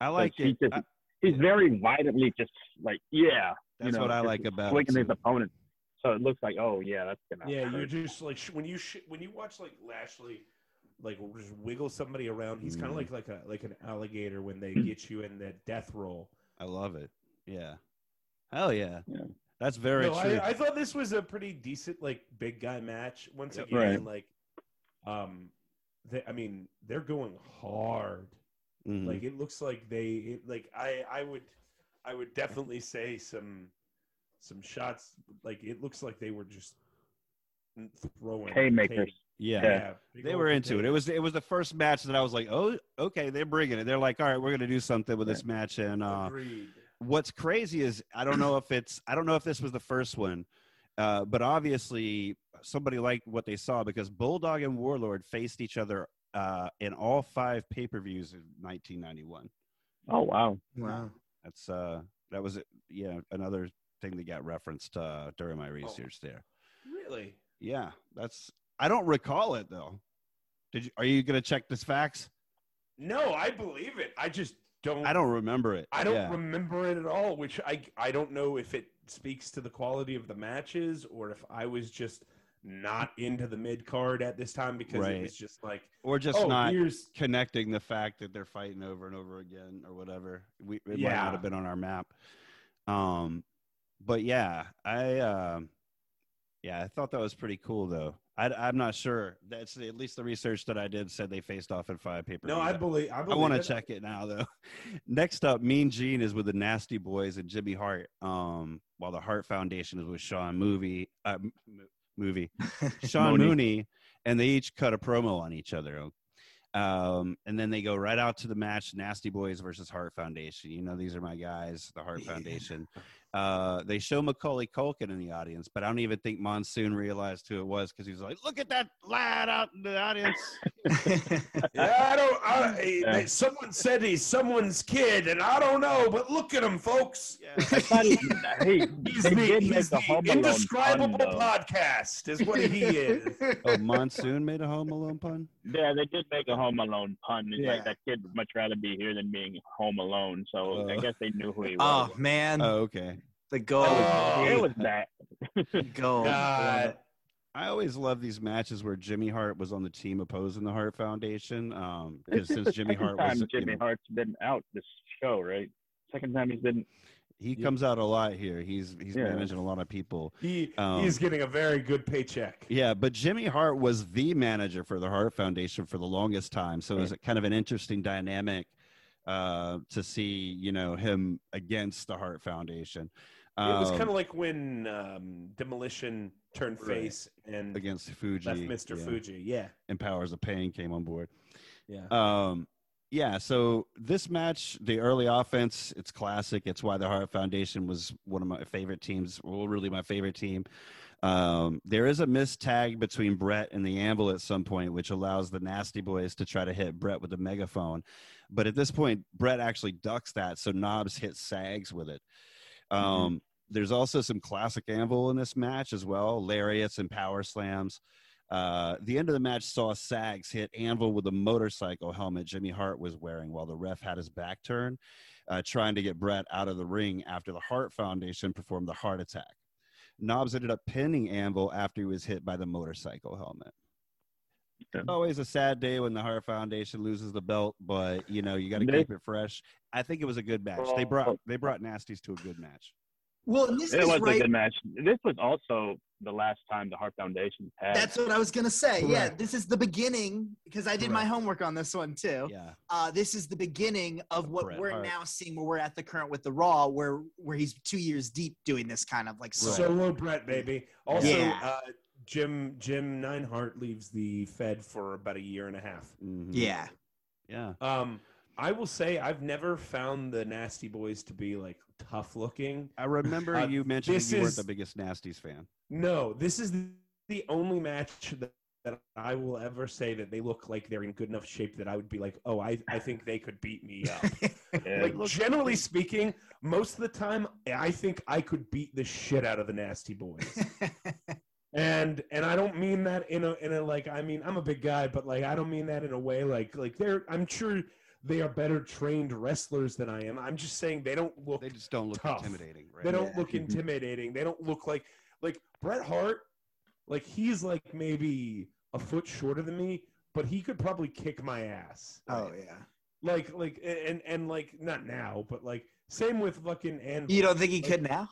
I like
he
it.
just-
I-
He's very violently just like yeah,
that's
know,
what I
just
like about it.
swinging his
too.
opponent. So it looks like oh yeah, that's gonna
Yeah, you're
hurt.
just like sh- when you sh- when you watch like Lashley, like just wiggle somebody around. He's kind
Mm. Hmm.
of like like a like an alligator when they get you in that death roll.
I love it. Yeah. Hell yeah.
Yeah.
That's very
no,
true.
I, I thought this was a pretty decent like big guy match. Once
Yep.
again, like, um, they, I mean, they're going hard.
Mhm.
Like it looks like they it, like I I would I would definitely say some some shots. Like it looks like they were just mm, throwing
Haymakers.
yeah.
yeah.
big
they
old
were into it.
potato.
It was it was the first match that I was like, oh, okay, they're bringing it. They're like, all right, we're gonna do something with this match. And uh,
Agreed.
what's crazy is I don't know if it's I don't know if this was the first one, uh, but obviously somebody liked what they saw because Bulldog and Warlord faced each other uh, in all five pay per views in 1991.
Oh wow,
Wow. [LAUGHS]
That's uh, that was yeah another thing that got referenced uh, during
Oh.
my research there.
Really?
Yeah, that's I don't recall it though. Did you, are you gonna check this facts?
No, I believe it. I just don't.
I don't remember it.
I don't
Yeah.
remember it at all. Which I I don't know if it speaks to the quality of the matches or if I was just not into the mid card at this time because
Right.
it was just like
or just
oh
not
here's
connecting the fact that they're fighting over and over again or whatever. We it might
Yeah.
not have been on our map. Um, but yeah, I um, yeah, I thought that was pretty cool though. I, I'm not sure. That's the, at least the research that I did said they faced off in five paper.
no I believe I,
I
believe
want to
it.
check it now, though. [LAUGHS] Next up, Mean Gene is with the Nasty Boys and Jimmy Hart, um, while the Hart Foundation is with Sean Movie, uh, M- M- Movie, Sean
Mooney.
Mooney, and they each cut a promo on each other. Um, and then they go right out to the match: Nasty Boys versus Hart Foundation. You know, these are my guys, the Hart Foundation. Uh, they show Macaulay Culkin in the audience, but I don't even think Monsoon realized who it was because he was like, "Look at that lad out in the audience."
Yeah, I don't.
[LAUGHS]
I, I- Someone said he's someone's kid, and I don't know, but look at him, folks.
I thought he, he,
He's
They
the,
did make
he's
the
the
Home Alone
indescribable
pun, though.
podcast, is [LAUGHS] what he
[LAUGHS]
is.
[LAUGHS] oh, Monsoon made a Home Alone pun.
yeah, they did make a Home Alone pun. It's
Yeah.
like that kid would much rather be here than being home alone. So I
Oh.
guess they knew who he was.
Oh man,
Oh, okay.
the goal,
Uh, Oh.
it was that.
the
Oh,
goal.
God.
I always love these matches where Jimmy Hart was on the team opposing the Hart Foundation. Um,
[LAUGHS]
because since Jimmy Hart was,
time
you
Jimmy
know,
Hart's been out this show, right? Second time he's been.
he
Yeah.
comes out a lot here. He's he's
Yeah.
managing a lot of people.
He
Um,
he's getting a very good paycheck.
Yeah, but Jimmy Hart was the manager for the Hart Foundation for the longest time, so it was kind of an interesting dynamic uh, to see, you know, him against the Hart Foundation.
it was
um,
kind of like when um, Demolition turned
Right.
face and
against Fuji,
left Mr.
yeah,
Fuji. Yeah,
and Powers of Pain came on board.
yeah.
Um, yeah, so this match, the early offense, it's classic. It's why the Hart Foundation was one of my favorite teams, well, really my favorite team. Um, there is a missed tag between Brett and the Anvil at some point, which allows the Nasty Boys to try to hit Brett with the megaphone. But at this point, Brett actually ducks that, so Knobs hits Sags with it. Um,
Mm-hmm.
There's also some classic Anvil in this match as well, lariats and power slams. Uh, the end of the match saw Sags hit Anvil with a motorcycle helmet Jimmy Hart was wearing while the ref had his back turned, uh, trying to get Brett out of the ring after the Hart Foundation performed the heart attack. Knobs ended up pinning Anvil after he was hit by the motorcycle helmet.
Okay.
It's always a sad day when the Hart Foundation loses the belt, but you know you got to
They-
keep it fresh. I think it was a good match. They brought they brought Nasties to a good match.
well, and this
It
is
was
right.
a good match. This was also the last time the Heart Foundation had.
That's what I was gonna say. Yeah,
Correct.
this is the beginning because I did my homework on this one too.
Yeah,
Uh, this is the beginning of what
Bret
we're
Hart.
now seeing, where we're at the current with the Raw, where where he's two years deep doing this kind of like solo.
Solo Brett, baby. Also,
Yeah.
uh, Jim Jim Neinhart leaves the Fed for about a year and a half.
Mhm.
Yeah,
[LAUGHS]
yeah.
Um, I will say I've never found the Nasty Boys to be like tough looking.
I remember
Uh,
you mentioned
this
you weren't
is-
the biggest Nasties fan.
No, this is the only match that, that I will ever say that they look like they're in good enough shape that I would be like, oh, I, I think they could beat me up.
Yeah.
like generally speaking, most of the time, I think I could beat the shit out of the Nasty
[LAUGHS]
Boys. and and I don't mean that in a in a like I mean I'm a big guy, but like I don't mean that in a way like like they're I'm sure they are better trained wrestlers than I am. I'm just saying they don't look
They just don't look
Tough.
intimidating. Right?
they don't
Yeah.
look intimidating. They don't look like like Bret Hart. Like he's like maybe a foot shorter than me, but he could probably kick my ass.
Oh yeah.
Like like and and like not now, but like same with fucking and
You don't think he could now?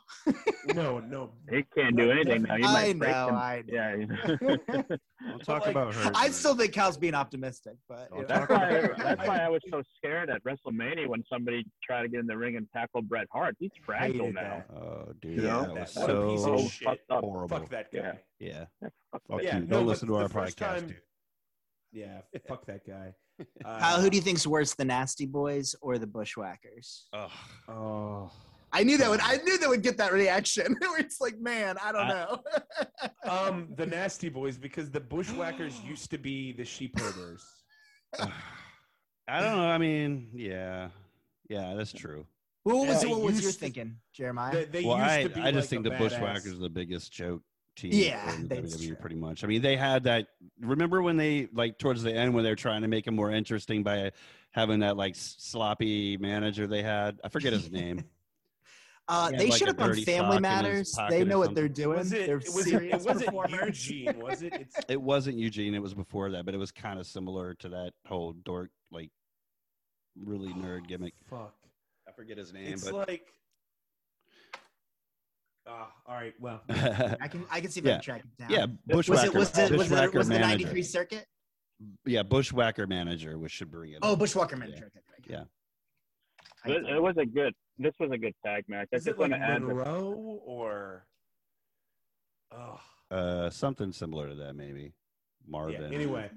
no no.
he can't do anything now. He might
I
break
know.
them.
I know.
Yeah. [LAUGHS]
Don't talk
like,
about her.
I still think Cal's being optimistic, but
Don't
you know.
talk
That's why, that's why I was so scared at WrestleMania when somebody tried to get in the ring and tackle Bret Hart. He's fragile
Hated
now.
that.
Oh, dude,
You know?
that was
What a piece of
so Oh,
So
shit.
fucked up.
horrible.
Oh, Fuck that guy.
Yeah.
[LAUGHS]
Yeah.
Fuck
Fuck
that.
Yeah,
you.
no,
Don't
but
listen to
the
our
first
podcast,
time-
dude.
Yeah, fuck that guy. Uh,
[LAUGHS] Kyle, who do you think's worse, the Nasty Boys or the Bushwhackers?
Ugh.
Oh,
I knew that would. I knew that would get that reaction. [LAUGHS] Where it's like, man, I don't
I-
know. [LAUGHS]
um, the Nasty Boys because
[GASPS]
the Bushwhackers used to be the sheep herders.
[LAUGHS]
I don't know. I mean, yeah, yeah, that's true.
Well, what was,
Yeah,
what was
used
your
to-
thinking, Jeremiah?
They, they
well,
used
I,
to be
I just
like
think
a
the Bushwhackers
badass-
are the biggest joke team.
Yeah,
in
that's
WWE
true.
E pretty much. I mean, they had that. Remember when they like towards the end when they were trying to make him more interesting by having that like s- sloppy manager they had. I forget his name.
uh,
had
they
like
should
a
have done
dirty
Family
sock in his
Matters.
pocket
They
or
know what they're doing.
Was it?
they're
it was it,
serious
it wasn't
performers.
Eugene, was it?
[LAUGHS]
It's
It wasn't Eugene. It was before that, but it was kind of similar to that whole dork, like really
[SIGHS]
nerd gimmick.
Fuck.
I forget his name,
It's
but [LAUGHS]
like. Ah, all right. Well,
I can I can see if I
Yeah.
can track it down.
yeah,
Was it
Bushwhacker.
was it was it
Bushwhacker
was the
manager.
'93 circuit?
Yeah, Bushwhacker manager, which should bring it.
Oh,
up.
Bushwhacker manager.
Yeah.
Okay, okay.
It, it was a good. This was a good tag match. I
is
just
it
want
like
to add. that-
Monroe or? Oh,
uh, something similar to that, maybe.
yeah.
Marvin. [LAUGHS]
Anyway,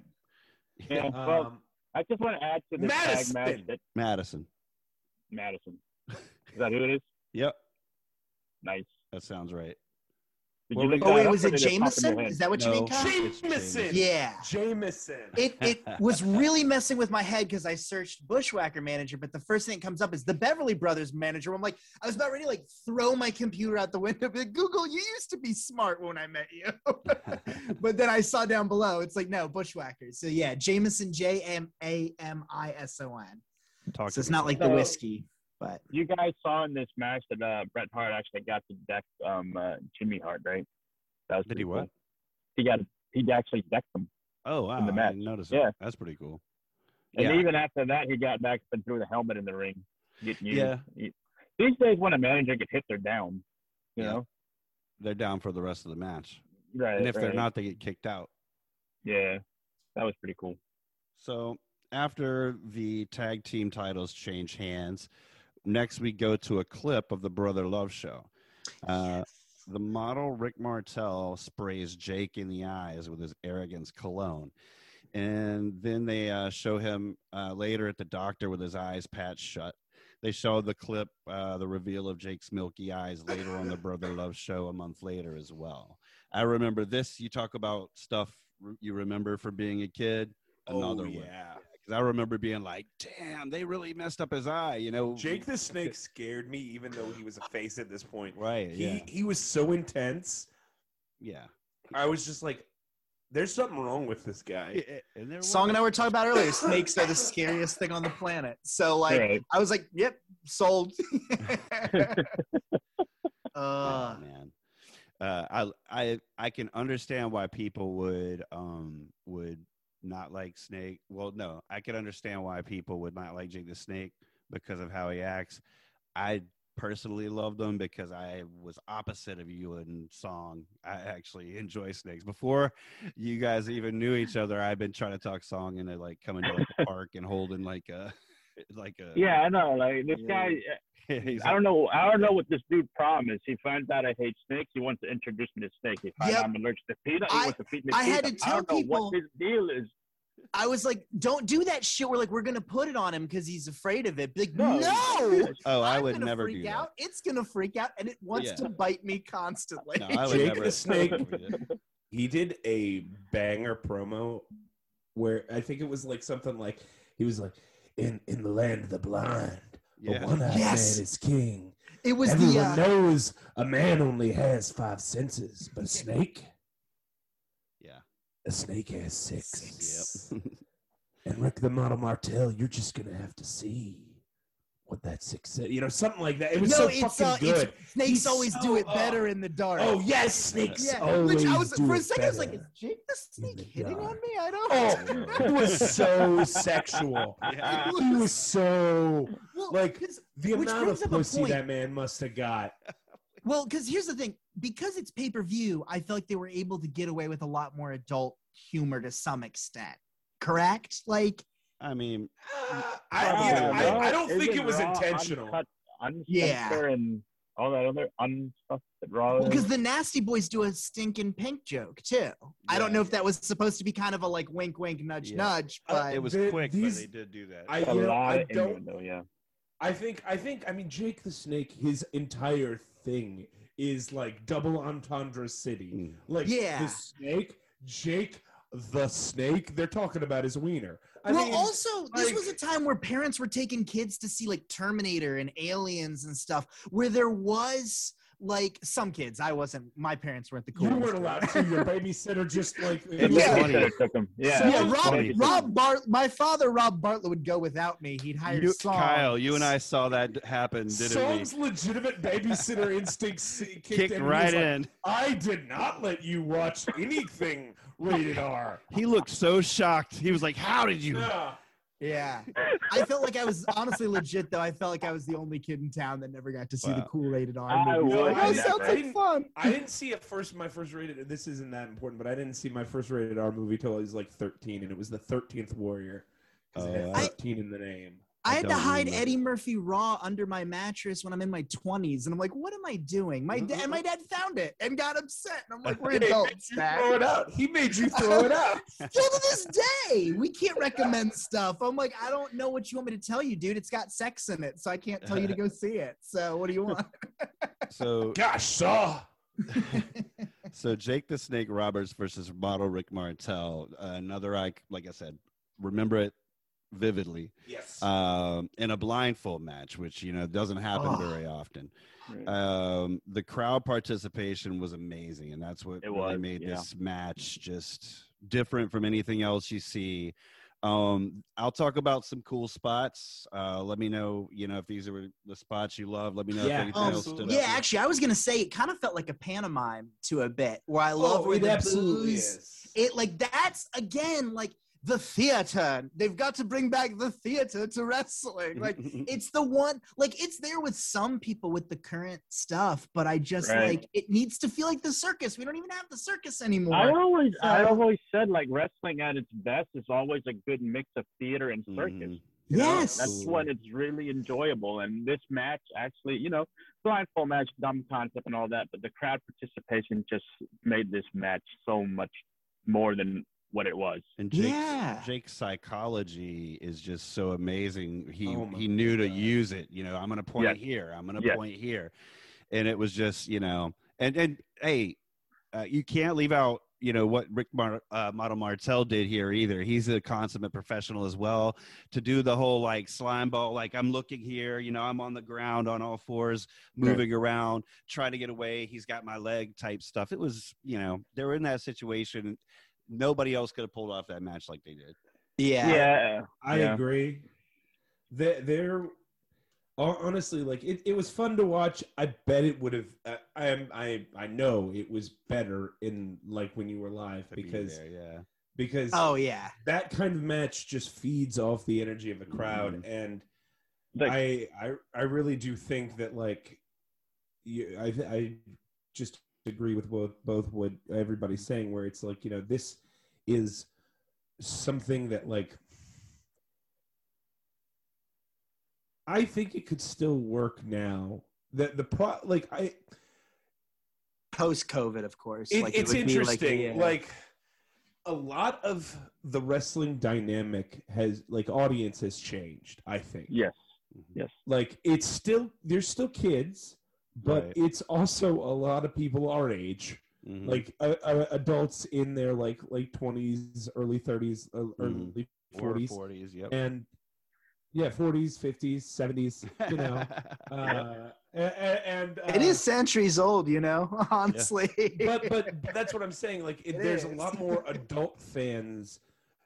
Yeah, well,
um,
I just want to add to this
Madison!
tag match that
Madison.
Madison. Is that who it is?
Yep.
Nice.
That sounds right.
Did
Well,
you look
Oh
that
wait,
up
was
or
it
did pop in your
Jameson?
head?
Is that what you
No.
mean, Kyle?
It's
Jameson.
Jameson.
Yeah.
Jameson.
It it was really messing with my head because I searched Bushwhacker manager, but the first thing that comes up is the Beverly Brothers manager. I'm like, I was about ready to like throw my computer out the window. Be like, Google, you used to be smart when I met
[LAUGHS]
you. but then I saw down below, it's like, no, Bushwhacker. So yeah, Jameson J M A M I S O N.
Talk
So
to
it's
me.
not like the
So-
whiskey, but
You guys saw in this match that uh, Bret Hart actually got to deck um, uh, Jimmy Hart, right? That was
Did
pretty
he what?
cool. He got he actually decked him,
Oh wow!
the
I
match.
didn't notice
Yeah.
that. That's pretty cool.
and
yeah.
even after that, he got back and threw the helmet in the ring. Getting used.
Yeah.
You- These days, when a manager gets hit, they're down. You
Yeah.
know,
They're down for the rest of the match,
right?
and if they're
right.
not, they get kicked out.
yeah, that was pretty cool.
So after the tag team titles change hands, next we go to a clip of the Brother Love show. Uh, The model Rick Martel sprays Jake in the eyes with his arrogance cologne. And then they uh, show him uh, later at the doctor with his eyes patched shut. They show the clip, uh, the reveal of Jake's milky eyes later on the Brother Love show a month later as well. I remember this. You talk about stuff you remember from being a kid. Another
oh,
one.
yeah.
'Cause I remember being like, damn, they really messed up his eye, you know?
Jake the Snake scared me, even though he was a face at this point.
Right.
He
Yeah.
he was so intense.
Yeah.
I was just like, "There's something wrong with this guy."
And there
Song
was-
and I were talking about earlier. Snakes are the scariest thing on the planet. So like,
right.
I was like, yep, sold. [LAUGHS] uh,
Oh, man. Uh, I I I can understand why people would um would not like Snake. Well, no, I can understand why people would not like Jake the Snake because of how he acts. I personally loved him because I was opposite of you in song. I actually enjoy snakes. Before you guys even knew each other, I've been trying to talk song and like coming to like a park and holding like a [LAUGHS] like a
Yeah, I know. Like this
Yeah.
guy,
[LAUGHS] He's
I don't know. I don't know what this dude problem is. He finds out I hate snakes. He wants to introduce me to snakes. He finds
Yep.
out I'm allergic to peanut. He
I-
wants to feed me
I had
peanut.
to
I don't
tell
know
people-
what his deal is.
I was like, don't do that shit. We're like, we're gonna put it on him because he's afraid of it. Be Like, no,
No.
oh, I
I'm
would
gonna
never
freak
do that.
out. It's gonna freak out, and it wants
Yeah.
to bite me constantly.
No, I would
Jake
never.
the Snake.
Yeah.
He did a banger promo where I think it was like something like he was like, "In in the land of the blind, the
Yeah.
one eyed
Yes.
man is king.
it was
Everyone
the uh,
knows a man only has five senses, but a snake,
Yeah.
a snake has six. [LAUGHS] And Rick the Model Martel, you're just gonna have to see what that six said. You know, something like that. It was so
No, it's,
fucking
uh, it's-
good.
snakes.
He's
always
so
do it
up.
better in the dark.
Oh yes, snakes.
yeah.
Always
Which I was
do
for a
it
second, I was like,
better.
is Jake the snake
the
hitting
dark.
on me? I don't.
[LAUGHS]
[LAUGHS]
Oh, it was so sexual.
[LAUGHS] Yeah.
He was so
[LAUGHS]
Oh,
Well,
like,
'cause-
the
Which
amount
brings
of
up a
pussy
point.
that man must have got.
Well, because here's the thing: because it's pay per view, I feel like they were able to get away with a lot more adult humor to some extent. Correct? Like,
I mean,
I, you know,
Probably
I,
not.
I don't think
Isn't
it was
Raw
intentional.
uncut- uncensored
Yeah.
and all that other unstuff that
Oh,
Raw.
because
is?
the Nasty Boys do a stinking pink joke too. I don't know if that was supposed to be kind of a like wink, wink, nudge,
Yeah.
nudge,
Uh,
but
it was
the-
quick,
these-
but they did do that.
I,
a
you know,
lot
I
of
don't.
Indian, though, yeah.
I think. I think. I mean, Jake the Snake. His entire thing is like double entendre city.
Mm.
Like
Yeah.
the snake, Jake the Snake. They're talking about his wiener. I
well,
mean,
also, this was a
like-
time where parents were taking kids to see like Terminator and Aliens and stuff, where there was like some kids. I wasn't. My parents weren't the cool.
you weren't allowed to. Your babysitter just like.
[LAUGHS] It was
Yeah.
They
funny.
should've took him. Yeah.
Yeah,
Someone-
Rob,
Funny.
Rob Bart, my father, Rob Bartlett, would go without me. He'd hire
You-
Song.
Kyle, you and I saw that d- happen, didn't
Song's legitimate babysitter instincts kicked,
we? Kicked
in. He
right
was like,
in.
I did not let you watch anything rated R.
He looked so shocked. He was like, "How did
[LAUGHS]
you?"
Yeah.
Yeah. I felt like I was honestly legit though. I felt like I was the only kid in town that never got to see the
Wow.
cool rated R
I
movies.
would
Like, oh,
never.
sounds like fun.
I didn't see it first. My first rated. This isn't that important, but I didn't see my first rated R movie till I was like 13, and it was the 13th Warrior because it
Uh,
Oh,
had
yeah.
13 in the name.
I, had to
don't
hide
remember.
Eddie Murphy Raw under my mattress when I'm in my 20s, and I'm like, "What am I doing?" My dad, and my dad found it and got upset, and I'm like,
[LAUGHS]
"We're adults, Dad."
Throw it out. He made you throw it out.
Still to this day, we can't recommend stuff. I'm like, I don't know what you want me to tell you, dude. It's got sex in it, so I can't tell you to go see it. So what do you want?
[LAUGHS]
So
Gosh, saw.
so Jake the Snake Roberts versus model Rick Martel. another I like I said, remember it vividly.
Yes.
Um, in a blindfold match, which you know doesn't happen
Oh.
very often.
Right.
Um, the crowd participation was amazing, and that's what
It
really
was,
made
yeah.
this match just different from anything else you see. Um, I'll talk about some cool spots. Uh, let me know, you know, if these are the spots you love. Let me know
Yeah,
if anything
um,
else stood
yeah,
out.
actually, I was gonna say it kind of felt like a pantomime to a bit, where I love where the booze.
Oh, is.
it like that's again like the theater they've got to bring back the theater to
[LAUGHS]
wrestling like it's the one like it's there with some people with the current stuff but i just
Right.
like it needs to feel like the circus we don't even have the circus anymore
I always, I
So-
always said like wrestling at its best is always a good mix of theater
Mm-hmm.
and circus.
Mhm.
you know?
Yes.
that's when it's really enjoyable. And this match actually, you know, blindfold match, dumb concept and all that, but the crowd participation just made this match so much more than what it was.
And Jake's,
Yeah.
Jake's psychology is just so amazing. He
Oh my
he knew to
God.
use it. You know, I'm gonna point
Yes.
here. I'm gonna
Yes.
point here, and it was just you know, and and hey, uh, you can't leave out you know what Rick Mar- uh, Model Martel did here either. He's a consummate professional as well to do the whole like slime ball. Like I'm looking here. You know, I'm on the ground on all fours, moving around, trying to get away. He's got my leg type stuff. It was you know they were in that situation. Nobody else could have pulled off that match like they did.
yeah
Yeah.
I
Yeah.
agree. There, there. hon- Honestly, like it, it was fun to watch. I bet it would have. I, I am. I. I know it was better in like when you were live
to be
because
there, yeah.
because
oh yeah
that kind of match just feeds off the energy of the crowd, and
Like,
I, I I really do think that like you, I I just agree with both both what everybody's saying where it's like you know this is something that like I think it could still work now that the pro like I
post covid of course
it,
like, it
it's
would be, like, uh,
interesting. Like,
yeah.
a lot of the wrestling dynamic has like audience has changed. I think
yes.
Mm-hmm.
Yes.
like it's still there's still kids but
Right.
it's also a lot of people our age
Mm.
Mhm.
like uh, uh, adults in their like late 20s early 30s
Mm.
uh,
Mhm.
early
Or
40s
40s, yep.
and yeah 40s 50s 70s you
[LAUGHS]
[LAUGHS]
know uh, and, and uh,
it is centuries old you know [LAUGHS] honestly [LAUGHS]
but but but that's what i'm saying like it,
It
there's a
is.
lot more adult fans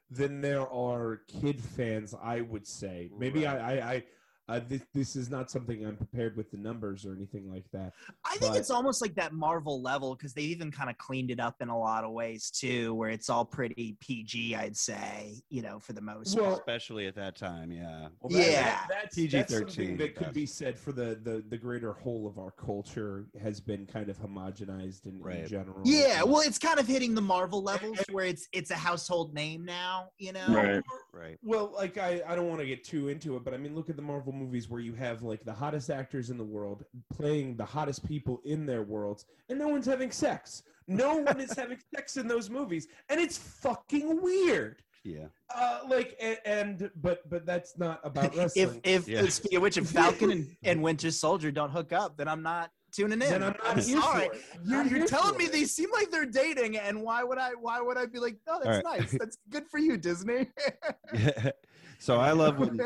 than there are kid fans i would say maybe i i, I uh, this, this is not something i'm prepared with the numbers or anything like that
I think
but-
it's almost like that Marvel level because they've even kind of cleaned it up in a lot of ways too, where it's all pretty PG, I'd say, you know, for the most
Well,
part.
especially at that time, yeah.
Well, that-
Yeah.
that- that's, that's something
PG-13
that could
best.
be said for the, the the greater whole of our culture has been kind of homogenized in, in
Right.
general.
Yeah, well, it's kind of hitting the Marvel levels where it's it's a household name now, you know.
Right.
Right.
Well, like I, I don't want to get too into it, but I mean, look at the Marvel movies where you have like the hottest actors in the world playing the hottest people in their worlds, and no one's having sex.
[LAUGHS]
No one is having sex in those movies, and it's fucking weird.
Yeah.
Uh, like and, and but but that's not about wrestling.
If if
Yeah.
speaking of
[LAUGHS]
which, if Falcon and, and Winter Soldier don't hook up, then I'm not tuning in.
then I'm not here
sorry.
for it. I'm
You're,
not
you're
here
telling
for
me
it.
they seem like they're dating, and why would I? Why would I be like, no, that's nice. That's good for you, Disney. [LAUGHS]
[LAUGHS]
[LAUGHS] so I love when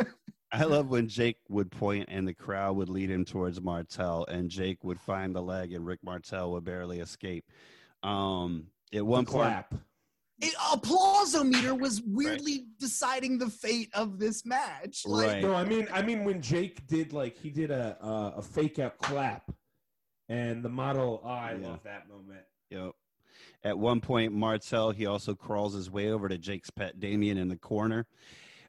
I love when Jake would point and the crowd would lead him towards Martel and Jake would find the leg and Rick Martel would barely escape. Um at one
The
point
clap.
it, applausometer was weirdly deciding the fate of this match. Like,
Right.
No, I mean, I mean when Jake did like he did a a, a fake out clap, and the model. Oh, I
Yeah.
love that moment.
Yep. At one point, Martel he also crawls his way over to Jake's pet Damien in the corner.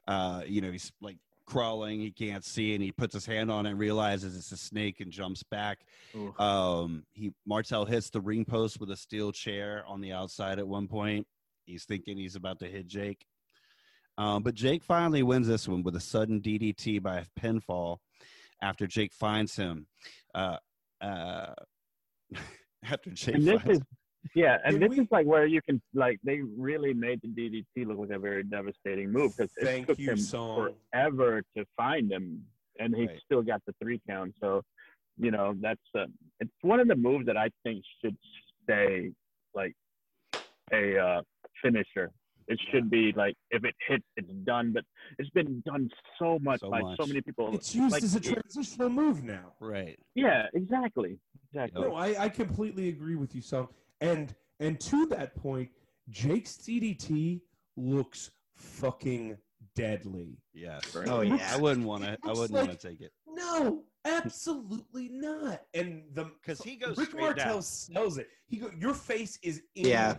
Uh, you know, he's like crawling, he can't see, and he puts his hand on it, and realizes it's a snake, and jumps back.
Oof.
Um, he Martel hits the ring post with a steel chair on the outside at one point. He's thinking he's about to hit Jake. Um, but Jake finally wins this one with a sudden DDT by a pinfall after Jake finds him. Uh, uh, [LAUGHS] after Jake
And this
finds
is yeah, and
Did
this
we-
is like where you can like they really made the DDT look like a very devastating move because it
Thank
took
you,
him
song.
forever to find him, and he
Right.
still got the three count. So, you know, that's uh, it's one of the moves that I think should stay like a uh, finisher. It should be like if it hits, it's done. But it's been done so much
So
by so
much.
many people.
It's used
like,
as a
it-
transitional move now.
right.
yeah, exactly, exactly.
No, I, I completely agree with you, Sam. And and to that point, Jake's DDT looks fucking deadly.
Yes.
Right.
Oh, yeah.
I wouldn't want to.
It
I
looks
[LAUGHS]
wouldn't want
like-
to take it.
No, absolutely not. And the
'Cause he goes
Rick
straight
Martel
down.
sells it. He go, your face is in
Yeah.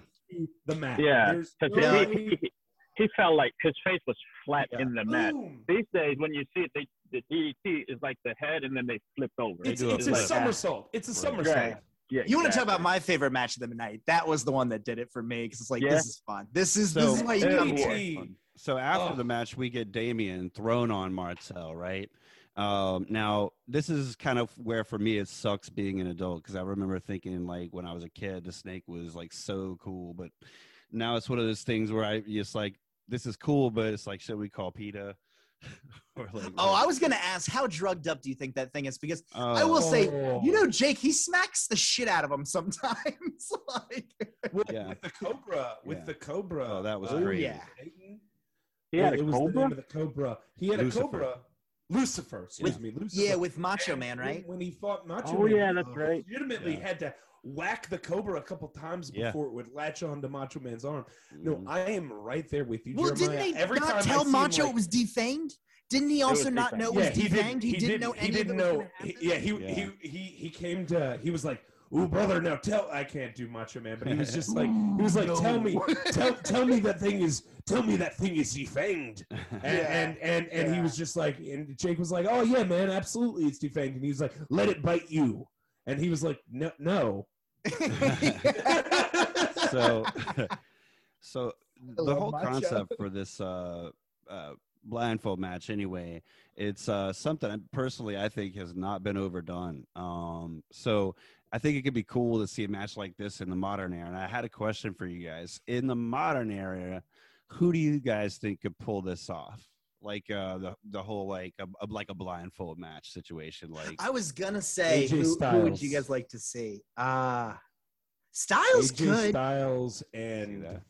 the mat.
Yeah,
There's
Because
no
he, [LAUGHS] he, he felt like his face was flat
Yeah.
in the mat.
boom.
These days, when you see it, they, the DDT is like the head, and then they flip over.
It's,
They do
it's a
like-
somersault. It's a somersault.
Right.
Yeah,
You want to talk
exactly.
about my favorite match of the night? That was the one that did it for me because it's like
Yeah.
this is fun. This is
So-
this is why you
Yeah.
come
Yeah.
here.
DDT.
So after
Oh.
the match, we get Damien thrown on Martel, right? Um, now, this is kind of where for me it sucks being an adult because I remember thinking, like, when I was a kid, the snake was like so cool. But now it's one of those things where I just like, this is cool, but it's like, should we call PETA? [LAUGHS] or like,
Oh, I was gonna ask how drugged up do you think that thing is? Because I
uh,
will say,
Oh.
you know, Jake, he smacks the shit out of him sometimes. [LAUGHS] like,
with,
Yeah.
with the cobra, with
Yeah.
the cobra.
Oh, that was
Oh,
great.
yeah.
Satan?
He had
it
a
was the
cobra.
name of the cobra. He had
Lucifer.
a cobra. Lucifer, excuse me, Lucifer.
yeah, [LAUGHS] with Macho Man, right?
When he fought Macho
Oh,
Man,
yeah, that's
uh,
right.
Legitimately
Yeah.
had to whack the cobra a couple times
Yeah.
before it would latch on to Macho Man's arm. No,
[LAUGHS] Mhm.
I am right there with you.
Well, didn't
Jeremiah.
they
Every time I
not tell
see him,
Macho
like-
it was defanged? Didn't he
was
also not know it was
yeah, he
defanged?
didn't.
He, didn't, know
He
any
didn't
of it was
know.
gonna
he-
happen?
yeah, he,
Yeah.
he he he came to. He was like, "Ooh, brother, now tell." I can't do Macho Man, but he was
[LAUGHS]
just like, he was like, "Tell me, tell tell me that thing is, tell me that thing is defanged." And and and, and he was just like, and Jake was like, "Oh yeah, man, absolutely, it's defanged." And he was like, "Let it bite you," and he was like, "No, no."
[LAUGHS]
mm. [LAUGHS] so [LAUGHS] so the
love
whole
matcha.
concept for this uh, uh, blindfold match anyway it's uh, something I- personally i think has not been overdone um, so i think it could be cool to see a match like this in the modern era and i had a question for you guys in the modern era who do you guys think could pull this off like uh, the, the whole like a, a- like a blindfold match situation like
I was gonna say,
AJ
who, who would you
Styles.
guys like to see? Ah, Styles
AJ
could.
Styles and
that.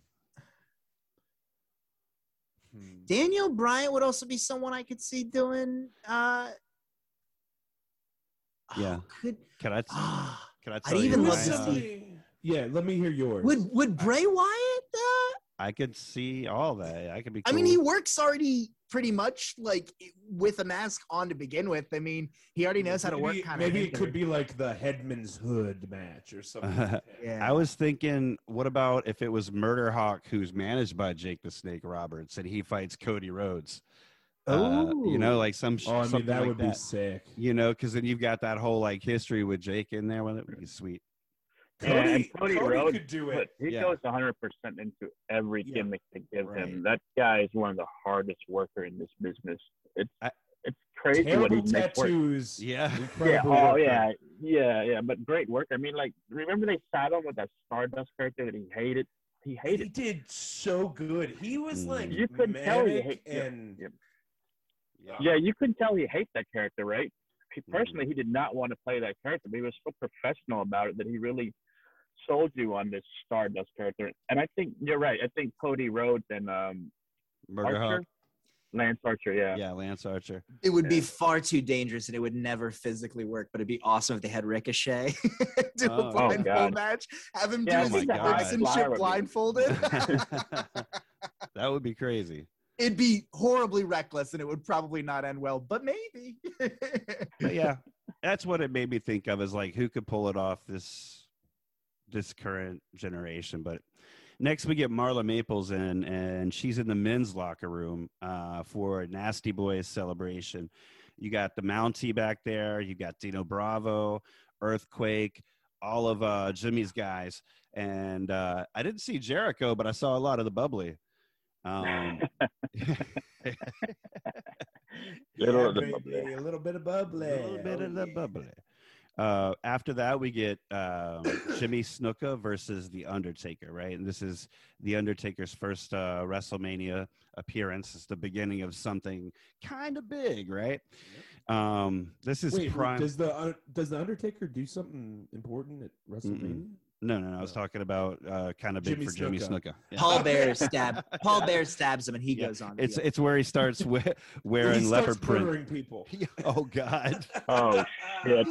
Hmm.
Daniel Bryant would also be someone I could see doing. Uh,
Yeah.
oh, could [GASPS]
can i
ah.
can i tell
even
you
love
my,
to
uh,
see-
Yeah, let me hear yours.
Would would Bray Wyatt? Uh,
i could see all that i could be
I
cool.
mean, he works already pretty much like with a mask on to begin with. I mean, he already knows how to work.
Maybe-
Kind
Maybe
of.
it could be like the Headman's Hood match or something.
[LAUGHS]
like that.
Yeah.
I was thinking, what about if it was Murder Hawk, who's managed by Jake the Snake Roberts, and he fights Cody Rhodes? Uh, you know, like some. sh-
Oh, I mean
something
that
like
would be
that.
sick.
You know, because then you've got that whole like history with Jake in there. Well, that would be sweet.
Yeah, and Cody Rhodes
could do
But
it.
he
Yeah.
goes 100 percent into every
Yeah.
gimmick they give him.
Right.
That guy is one of the hardest worker in this business. It's
I-
it's crazy what he
Terrible
makes work.
tattoos.
Yeah.
Yeah,
incredible
oh
worker.
yeah, yeah, yeah. But great work. I mean, like, remember they sat on with that Stardust character that he hated. He
He
hated.
did so good. He was
Mm.
like
You could tell he
manic
hate- yeah,
and
yeah. Yeah, you could tell he hates that character, right? He, personally, he did not want to play that character, but he was so professional about it that he really sold you on this Stardust character. And I think you're right. I think Cody Rhodes and um,
Murder
Archer?
Hawk.
Lance Archer, yeah.
Yeah, Lance
[LAUGHS]
Archer. [LAUGHS]
It would be
Yeah.
far too dangerous and it would never physically work, but it'd be awesome if they had Ricochet [LAUGHS] do
Oh,
a
oh,
blindfold
God.
match, have him
Yeah,
do
I
his
think that
quirks and
High Flyer
shit
would be-
blindfolded.
[LAUGHS] that would be crazy.
It'd be horribly reckless and it would probably not end well, but maybe.
But [LAUGHS] yeah, that's what it made me think of is like who could pull it off this this current generation. But next we get Marla Maples in, and she's in the men's locker room uh, for a Nasty Boys celebration. You got the Mountie back there. You got Dino Bravo, Earthquake, all of uh, Jimmy's guys, and uh, I didn't see Jericho, but I saw a lot of the bubbly. Um,
Yeah,
Little bit of
baby, a little bit of bubbly.
A little bit
Oh,
of the
yeah.
bubbly. Uh, after that, we get um, Jimmy Snuka versus The Undertaker, right? And this is The Undertaker's first uh, WrestleMania appearance. It's the beginning of something kind of big, right? Um, this is
Wait,
prime.
does the Un- does the Undertaker do something important at WrestleMania?
No, no, no. I was talking about uh, kind of big
Oh. Jimmy
for Jimmy
Snuka.
Snuka. Yeah.
Paul Bear stab. Paul
[LAUGHS] Yeah.
Bear stabs him, and he
Yeah.
goes on. to
It's
the-
it's where he starts [LAUGHS] we-
he
wearing
starts
leopard print. [LAUGHS]
murdering people.
oh God!
Oh [LAUGHS] shit!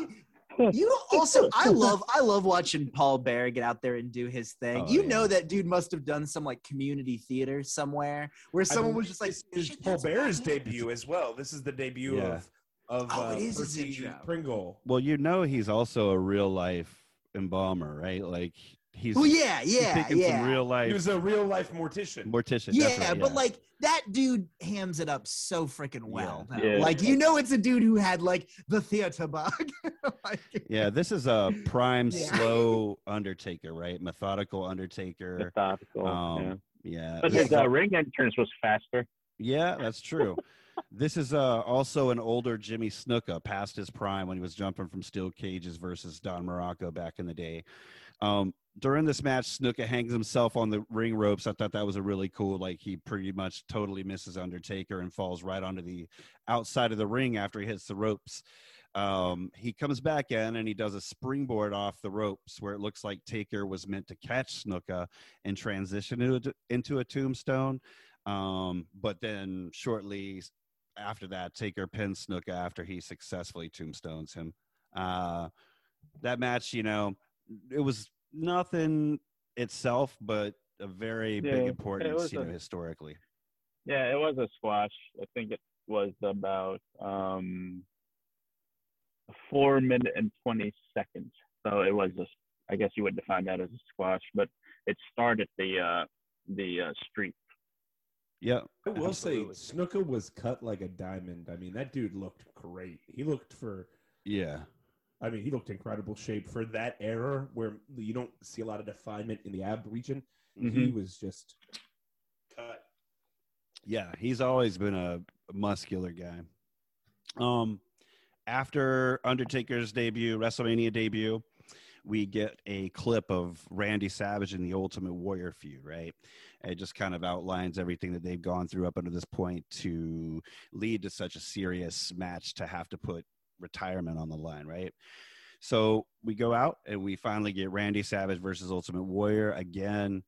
you also,
[LAUGHS]
I love, I love watching Paul Bear get out there and do his thing.
Oh,
you
yeah.
know that dude must have done some like community theater somewhere where someone was
believe
just like,
this is
"Shit,
Paul
that's
Bear's
Paul Bear."
debut as well. This is the debut
Yeah.
of of
Oh,
uh,
it is his
Percy
intro.
Pringle.
Well, you know he's also a real life embalmer, right? Like he's
Well, yeah,
he's
yeah,
taking
yeah.
some real life
He was a real life mortician.
mortician.
yeah,
that's right,
but like that dude hams it up so freaking well.
Yeah.
though.
Yeah.
Like you know, it's a dude who had like the theater bug. [LAUGHS] like,
yeah, this
[LAUGHS]
is a prime
Yeah.
slow Undertaker, right? Methodical Undertaker.
Methodical.
Um,
yeah.
Yeah,
But
yeah,
his uh, ring entrance was faster.
yeah, that's true. this is uh, also an older Jimmy Snuka, past his prime when he was jumping from steel cages versus Don Morocco back in the day. Um, during this match, Snuka hangs himself on the ring ropes. I thought that was a really cool. Like he pretty much totally misses Undertaker and falls right onto the outside of the ring after he hits the ropes. Um, he comes back in and he does a springboard off the ropes where it looks like Taker was meant to catch Snuka and transition into, into a tombstone. Um, but then shortly after that, Taker pins Snuka after he successfully tombstones him. Uh, that match, you know, it was nothing itself, but a very
Yeah,
big
it
importance,
was
you know,
a-
historically.
Yeah, it was a squash. I think it was about um, four minute and twenty seconds. So it was a, I guess you would define that as a squash, but it started the uh, the uh, streak.
Yeah,
I will
Absolutely.
say, Snooker was cut like a diamond. I mean, that dude looked great. He looked for,
yeah.
I mean, he looked incredible shape for that era where you don't see a lot of definement in the ab region. He was just cut.
Yeah, he's always been a muscular guy. Um, after Undertaker's debut, WrestleMania debut, we get a clip of Randy Savage and the Ultimate Warrior feud, right? It just kind of outlines everything that they've gone through up until this point to lead to such a serious match to have to put retirement on the line, right? So we go out and we finally get Randy Savage versus Ultimate Warrior again.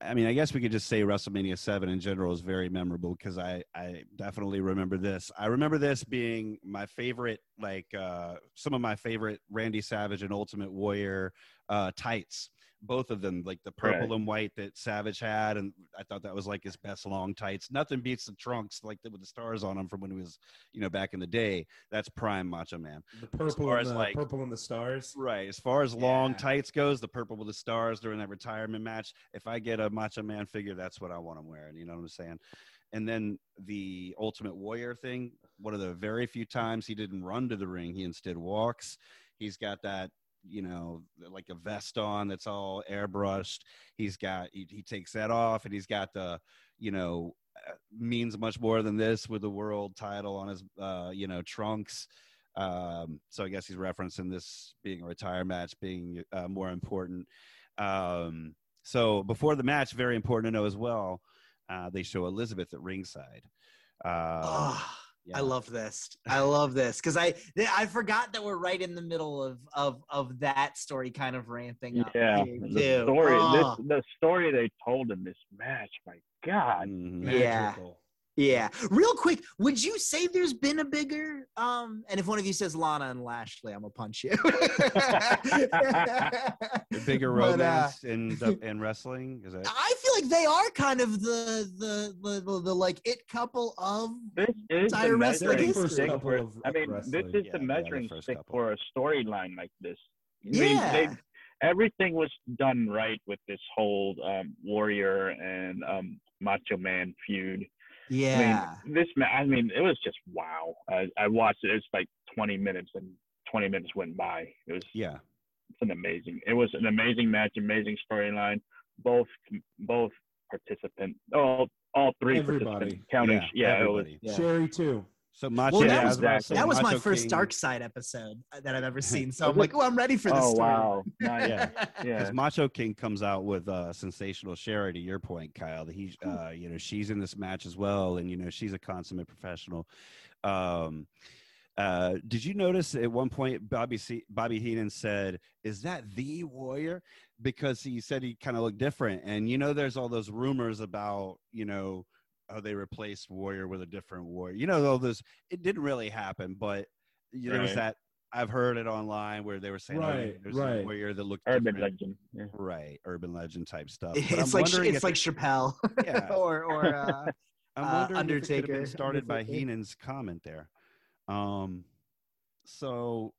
I mean, I guess we could just say WrestleMania Seven in general is very memorable because I I definitely remember this. I remember this being my favorite, like uh, some of my favorite Randy Savage and Ultimate Warrior uh, tights. Both of them, like the purple
Right.
and white that Savage had, and I thought that was like his best long tights. Nothing beats the trunks like the, with the stars on them from when he was, you know, back in the day. That's prime Macho Man.
The purple,
far
and
as,
the,
like-
purple and the stars.
Right. As far as long
Yeah.
tights goes, the purple with the stars during that retirement match. If I get a Macho Man figure, that's what I want him wearing. You know what I'm saying? And then the Ultimate Warrior thing. One of the very few times he didn't run to the ring, he instead walks. He's got that, you know, like a vest on that's all airbrushed. He's got he, he takes that off, and he's got the, you know, uh, means much more than this with the world title on his, uh, you know, trunks. Um, so I guess he's referencing this being a retire match being uh, more important. Um, so before the match, very important to know as well, uh, they show Elizabeth at ringside. Uh,
ah.
yeah.
I love this. I love this because I th- I forgot that we're right in the middle of of of that story kind of ramping up.
Yeah,
here,
the
too.
story.
Ah,
This the story they told in this match. My God,
Mhm.
yeah,
Magical.
yeah. Real quick, would you say there's been a bigger? Um, and if one of you says Lana and Lashley, I'm gonna
[LAUGHS]
punch you. [LAUGHS]
The
[LAUGHS]
bigger
But, uh, Ah. [LAUGHS]
romance in the, in wrestling is that?
I feel like they are kind of the the the, the, the like it couple of
this is
Entire
the
wrestling
measuring
history.
stick
Couple
for.
of
I mean, this
wrestling.
is
Yeah, yeah,
the
the
measuring
first
stick
couple.
for a storyline like this. I mean,
yeah.
they- everything was done right with this whole um, warrior and um, macho man feud.
yeah.
I mean, this ma- I mean, it was just wow. I, I watched it. It was like 20 minutes, and 20 minutes went by. It was
Yeah,
it's an amazing. It was an amazing match, amazing storyline. Both both participant. All all three
Everybody.
participants counting.
Yeah,
Yeah, it was-
everybody.
Yeah.
Sherry too.
So Macho
that
Well,
was-
yeah, I about to say
exactly.
That was my
Macho
first
King-
Dark Side episode uh, that I've ever seen. So I'm like, oh, I'm ready for this
oh
story. [LAUGHS]
wow, nice. yeah.
Yeah. Because Macho King comes out with uh, sensational Sherry. To your point, Kyle, that
Hmm.
he, uh, you know, she's in this match as well, and you know, she's a consummate professional. Um, uh, did you notice at one point Bobby C- Bobby Heenan said, "Is that the Warrior?" Because he said he kind of looked different, and you know, there's all those rumors about you know how they replaced Warrior with a different Warrior. You know, all those. It didn't really happen, but you know, there was
Right.
that. I've heard it online where they were saying, oh, yeah,
Right,
there's a
right.
warrior that looked
Urban
different
legend. Yeah.
right urban legend type stuff. But
It's
I'm
like
wondering
it's
if
like
it-
Chappelle [LAUGHS]
yeah,
or or uh,
I'm
uh,
wondering if it could have
Undertaker.
been started by
Undertaker.
Heenan's comment there. Um, so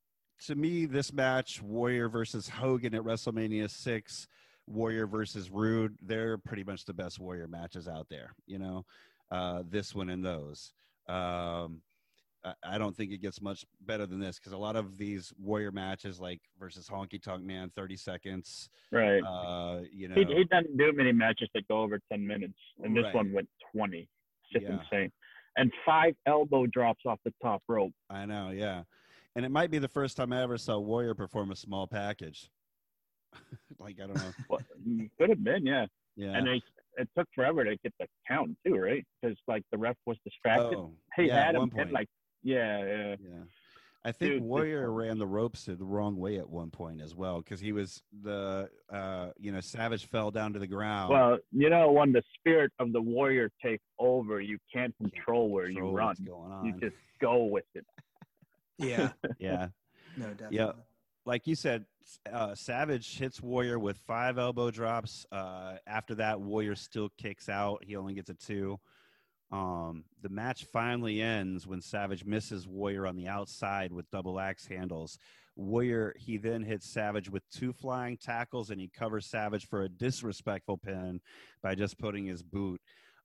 to me, this match, Warrior versus Hogan at WrestleMania six, Warrior versus Rude, they're pretty much the best Warrior matches out there. You know, uh, this one and those. Um, I- I don't think it gets much better than this because a lot of these warrior matches, like versus Honky Tonk Man, thirty seconds.
Right.
Uh, you know,
he he doesn't do many matches that go over ten minutes, and this
Right.
one went twenty. It's just
Yeah.
insane. And five elbow drops off the top rope.
I know, yeah. And it might be the first time I ever saw Warrior perform a small package. [LAUGHS] like I don't know.
Well, mm, could have been, yeah.
Yeah.
And they, it took forever to get the count too, right? Because like the ref was distracted.
Oh,
he
yeah, at
had him
one
pinned,
point.
like, yeah, yeah.
yeah. I think
Dude, this-
Warrior ran the ropes the wrong way at one point as well because he was the uh you know Savage fell down to the ground.
Well, you know, when the spirit of the warrior takes over, you can't control where
Control
you run.
what's going
You
on.
just go with it.
yeah,
yeah.
no, definitely.
Yeah. like you said, uh, Savage hits Warrior with five elbow drops. Uh, after that, Warrior still kicks out. He only gets a two. Um, the match finally ends when Savage misses Warrior on the outside with double axe handles. Warrior he then hits Savage with two flying tackles and he covers Savage for a disrespectful pin by just putting his boot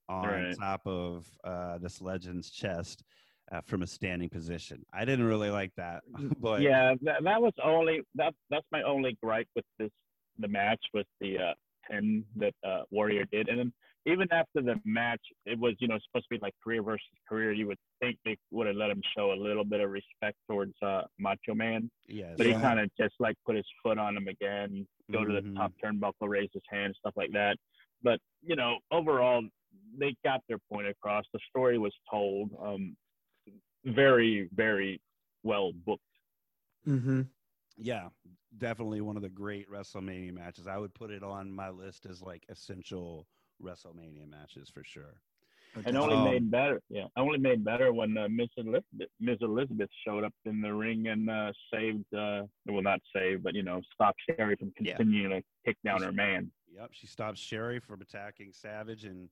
on
Right.
top of uh, this legend's chest uh, from a standing position. I didn't really like that, [LAUGHS] but
yeah, that, that was only that. That's my only gripe with this. The match was the uh, pin that uh, Warrior did, and then even after the match, it was you know supposed to be like career versus career. You would think they would have let him show a little bit of respect towards uh, Macho Man,
yes.
but he
Yeah.
kind of just like put his foot on him again, go to the
Mhm.
top turnbuckle, raise his hand, stuff like that. But you know, overall, they got their point across. The story was told um, very, very well booked.
Mm-hmm.
yeah, definitely one of the great WrestleMania matches. I would put it on my list as like essential WrestleMania matches for sure.
And only
Um,
made better, yeah, only made better when uh, Miss Elizabeth, Miss Elizabeth showed up in the ring and uh, saved, uh, well, not saved, but you know, stopped Sherry from
Yeah.
continuing to kick down her man.
Yep, she stops Sherry from attacking Savage, and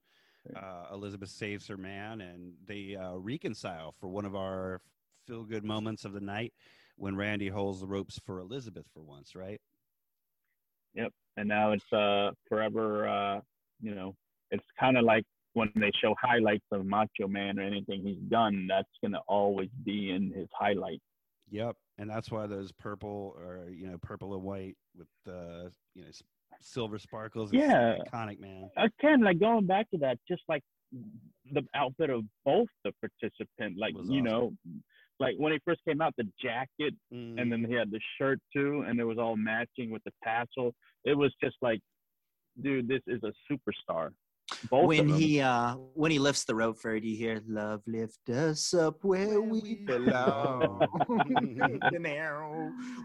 uh, Elizabeth saves her man, and they uh, reconcile for one of our feel good moments of the night when Randy holds the ropes for Elizabeth for once, right?
And now it's uh, forever, uh, you know, it's kind of like when they show highlights of Macho Man or anything he's done, that's gonna always be in his highlight.
Yep, and that's why those purple or you know purple and white with the you know s- silver sparkles, it's
Yeah.
iconic man.
Again, Uh, like going back to that, just like the outfit of both the participant, like
Was
you
awesome.
know, like when he first came out, the jacket. and then he had the shirt too, and it was all matching with the tassel. It was just like, dude, this is a superstar. Both
When
of them.
he uh when he lifts the rope for it, you hear "Love lift us up where we belong." [LAUGHS] An arrow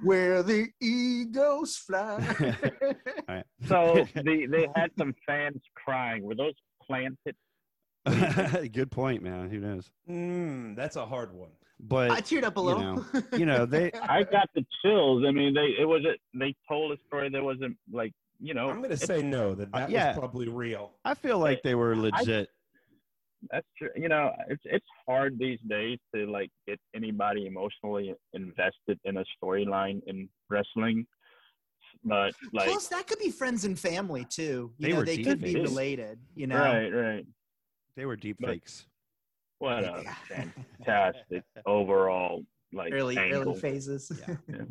where the eagles fly.
All right.
[LAUGHS]
so they they had some fans crying. Were those planted?
[LAUGHS] Good point, man. Who knows?
Mm, that's a hard one.
But
I teared up a
you
little. [LAUGHS]
you
[LAUGHS]
know, they-
I got the chills. I mean, they it was a, they told a story that wasn't like you know.
I'm gonna say no. That
Oh, Uh,
that
yeah.
was probably real.
I feel like they were legit.
that's true. You know, it's it's hard these days to like get anybody emotionally invested in a storyline in wrestling. But like,
Plus, that could be friends and family too. You
They
know,
were
they could be
deep.
related. You know,
right, right.
they were deep
but-
fakes.
What a
Yeah. [LAUGHS]
fantastic overall like
early
angle.
early phases.
Yeah.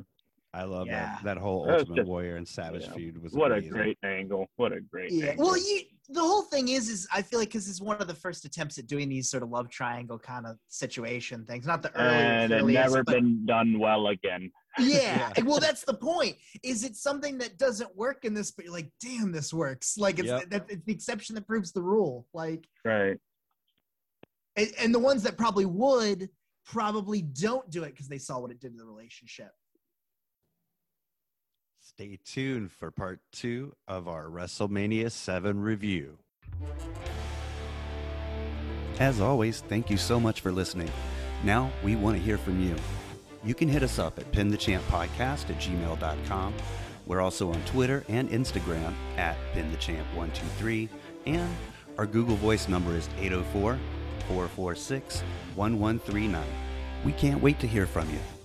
I love
Yeah.
that that whole
That was
Ultimate
just-
Warrior and Savage
yeah.
feud was
What a
amazing.
great angle! What a great
[LAUGHS] Yeah.
angle.
Well, you the whole thing is is I feel like because it's one of the first attempts at doing these sort of love triangle kind of situation things. Not the early,
and it
earliest,
never
but-
been done well again.
[LAUGHS] yeah. Well, that's the point. Is it something that doesn't work in this? But you're like, damn, this works. Like it's
Yep.
that, it's the exception that proves the rule. Like,
Right.
and, and the ones that probably would probably don't do it because they saw what it did to the relationship.
Stay tuned for part two of our WrestleMania 7 review. As always, thank you so much for listening. Now we want to hear from you. You can hit us up at pinthechamppodcast at gmail.com. We're also on Twitter and Instagram at pinthechamp123, and our Google Voice number is 804 446 1139. We can't wait to hear from you.